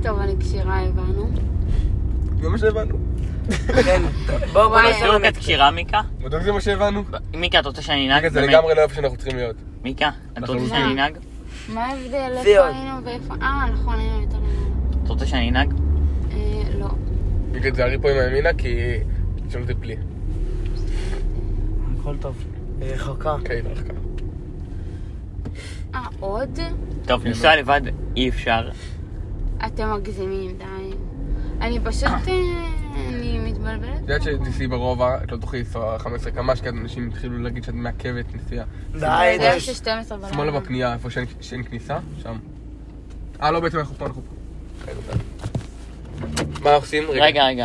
Speaker 1: טוב, אני כשירה, הבנו.
Speaker 3: זה מה שהבנו.
Speaker 12: כן, בואו, בואו
Speaker 1: וואי,
Speaker 12: נעשה לנו...
Speaker 5: בדיוק את כשירה, מיקה?
Speaker 3: בדיוק זה מה שהבנו.
Speaker 5: מיקה, את רוצה שאני אנהג?
Speaker 3: רגע, זה
Speaker 5: באמת?
Speaker 3: לגמרי לא איפה שאנחנו צריכים להיות.
Speaker 5: מיקה, את רוצה
Speaker 3: לחלוטין.
Speaker 5: שאני אנהג?
Speaker 1: אה, מה ההבדל?
Speaker 12: ציון.
Speaker 1: איפה היינו ואיפה... אה, נכון, היינו יותר למעלה.
Speaker 5: את רוצה שאני אנהג?
Speaker 1: אה, לא.
Speaker 3: בגלל זה הרי פה עם הימינה, כי... שלא תפלי.
Speaker 12: הכל טוב. היא רחוקה.
Speaker 3: אוקיי, דרכה.
Speaker 1: אה, עוד?
Speaker 5: טוב, לנסוע לבד אי אפשר.
Speaker 1: אתם מגזימים, די. אני פשוט... אה, אני מתבלבלת.
Speaker 3: את יודעת שתיסעי ברובע, את לא תוכלי לנסוע 15 קמ"ש, כי אז אנשים התחילו להגיד שאת מעכבת נסיעה.
Speaker 1: אתה
Speaker 12: די,
Speaker 1: יודע
Speaker 12: די.
Speaker 1: ש-12 בלילה.
Speaker 3: שמאלה בפנייה, איפה שאין- שאין כניסה, שם. אה, לא, בעצם אנחנו פה, אנחנו פה. רגע, רגע. מה עושים?
Speaker 5: רגע, רגע.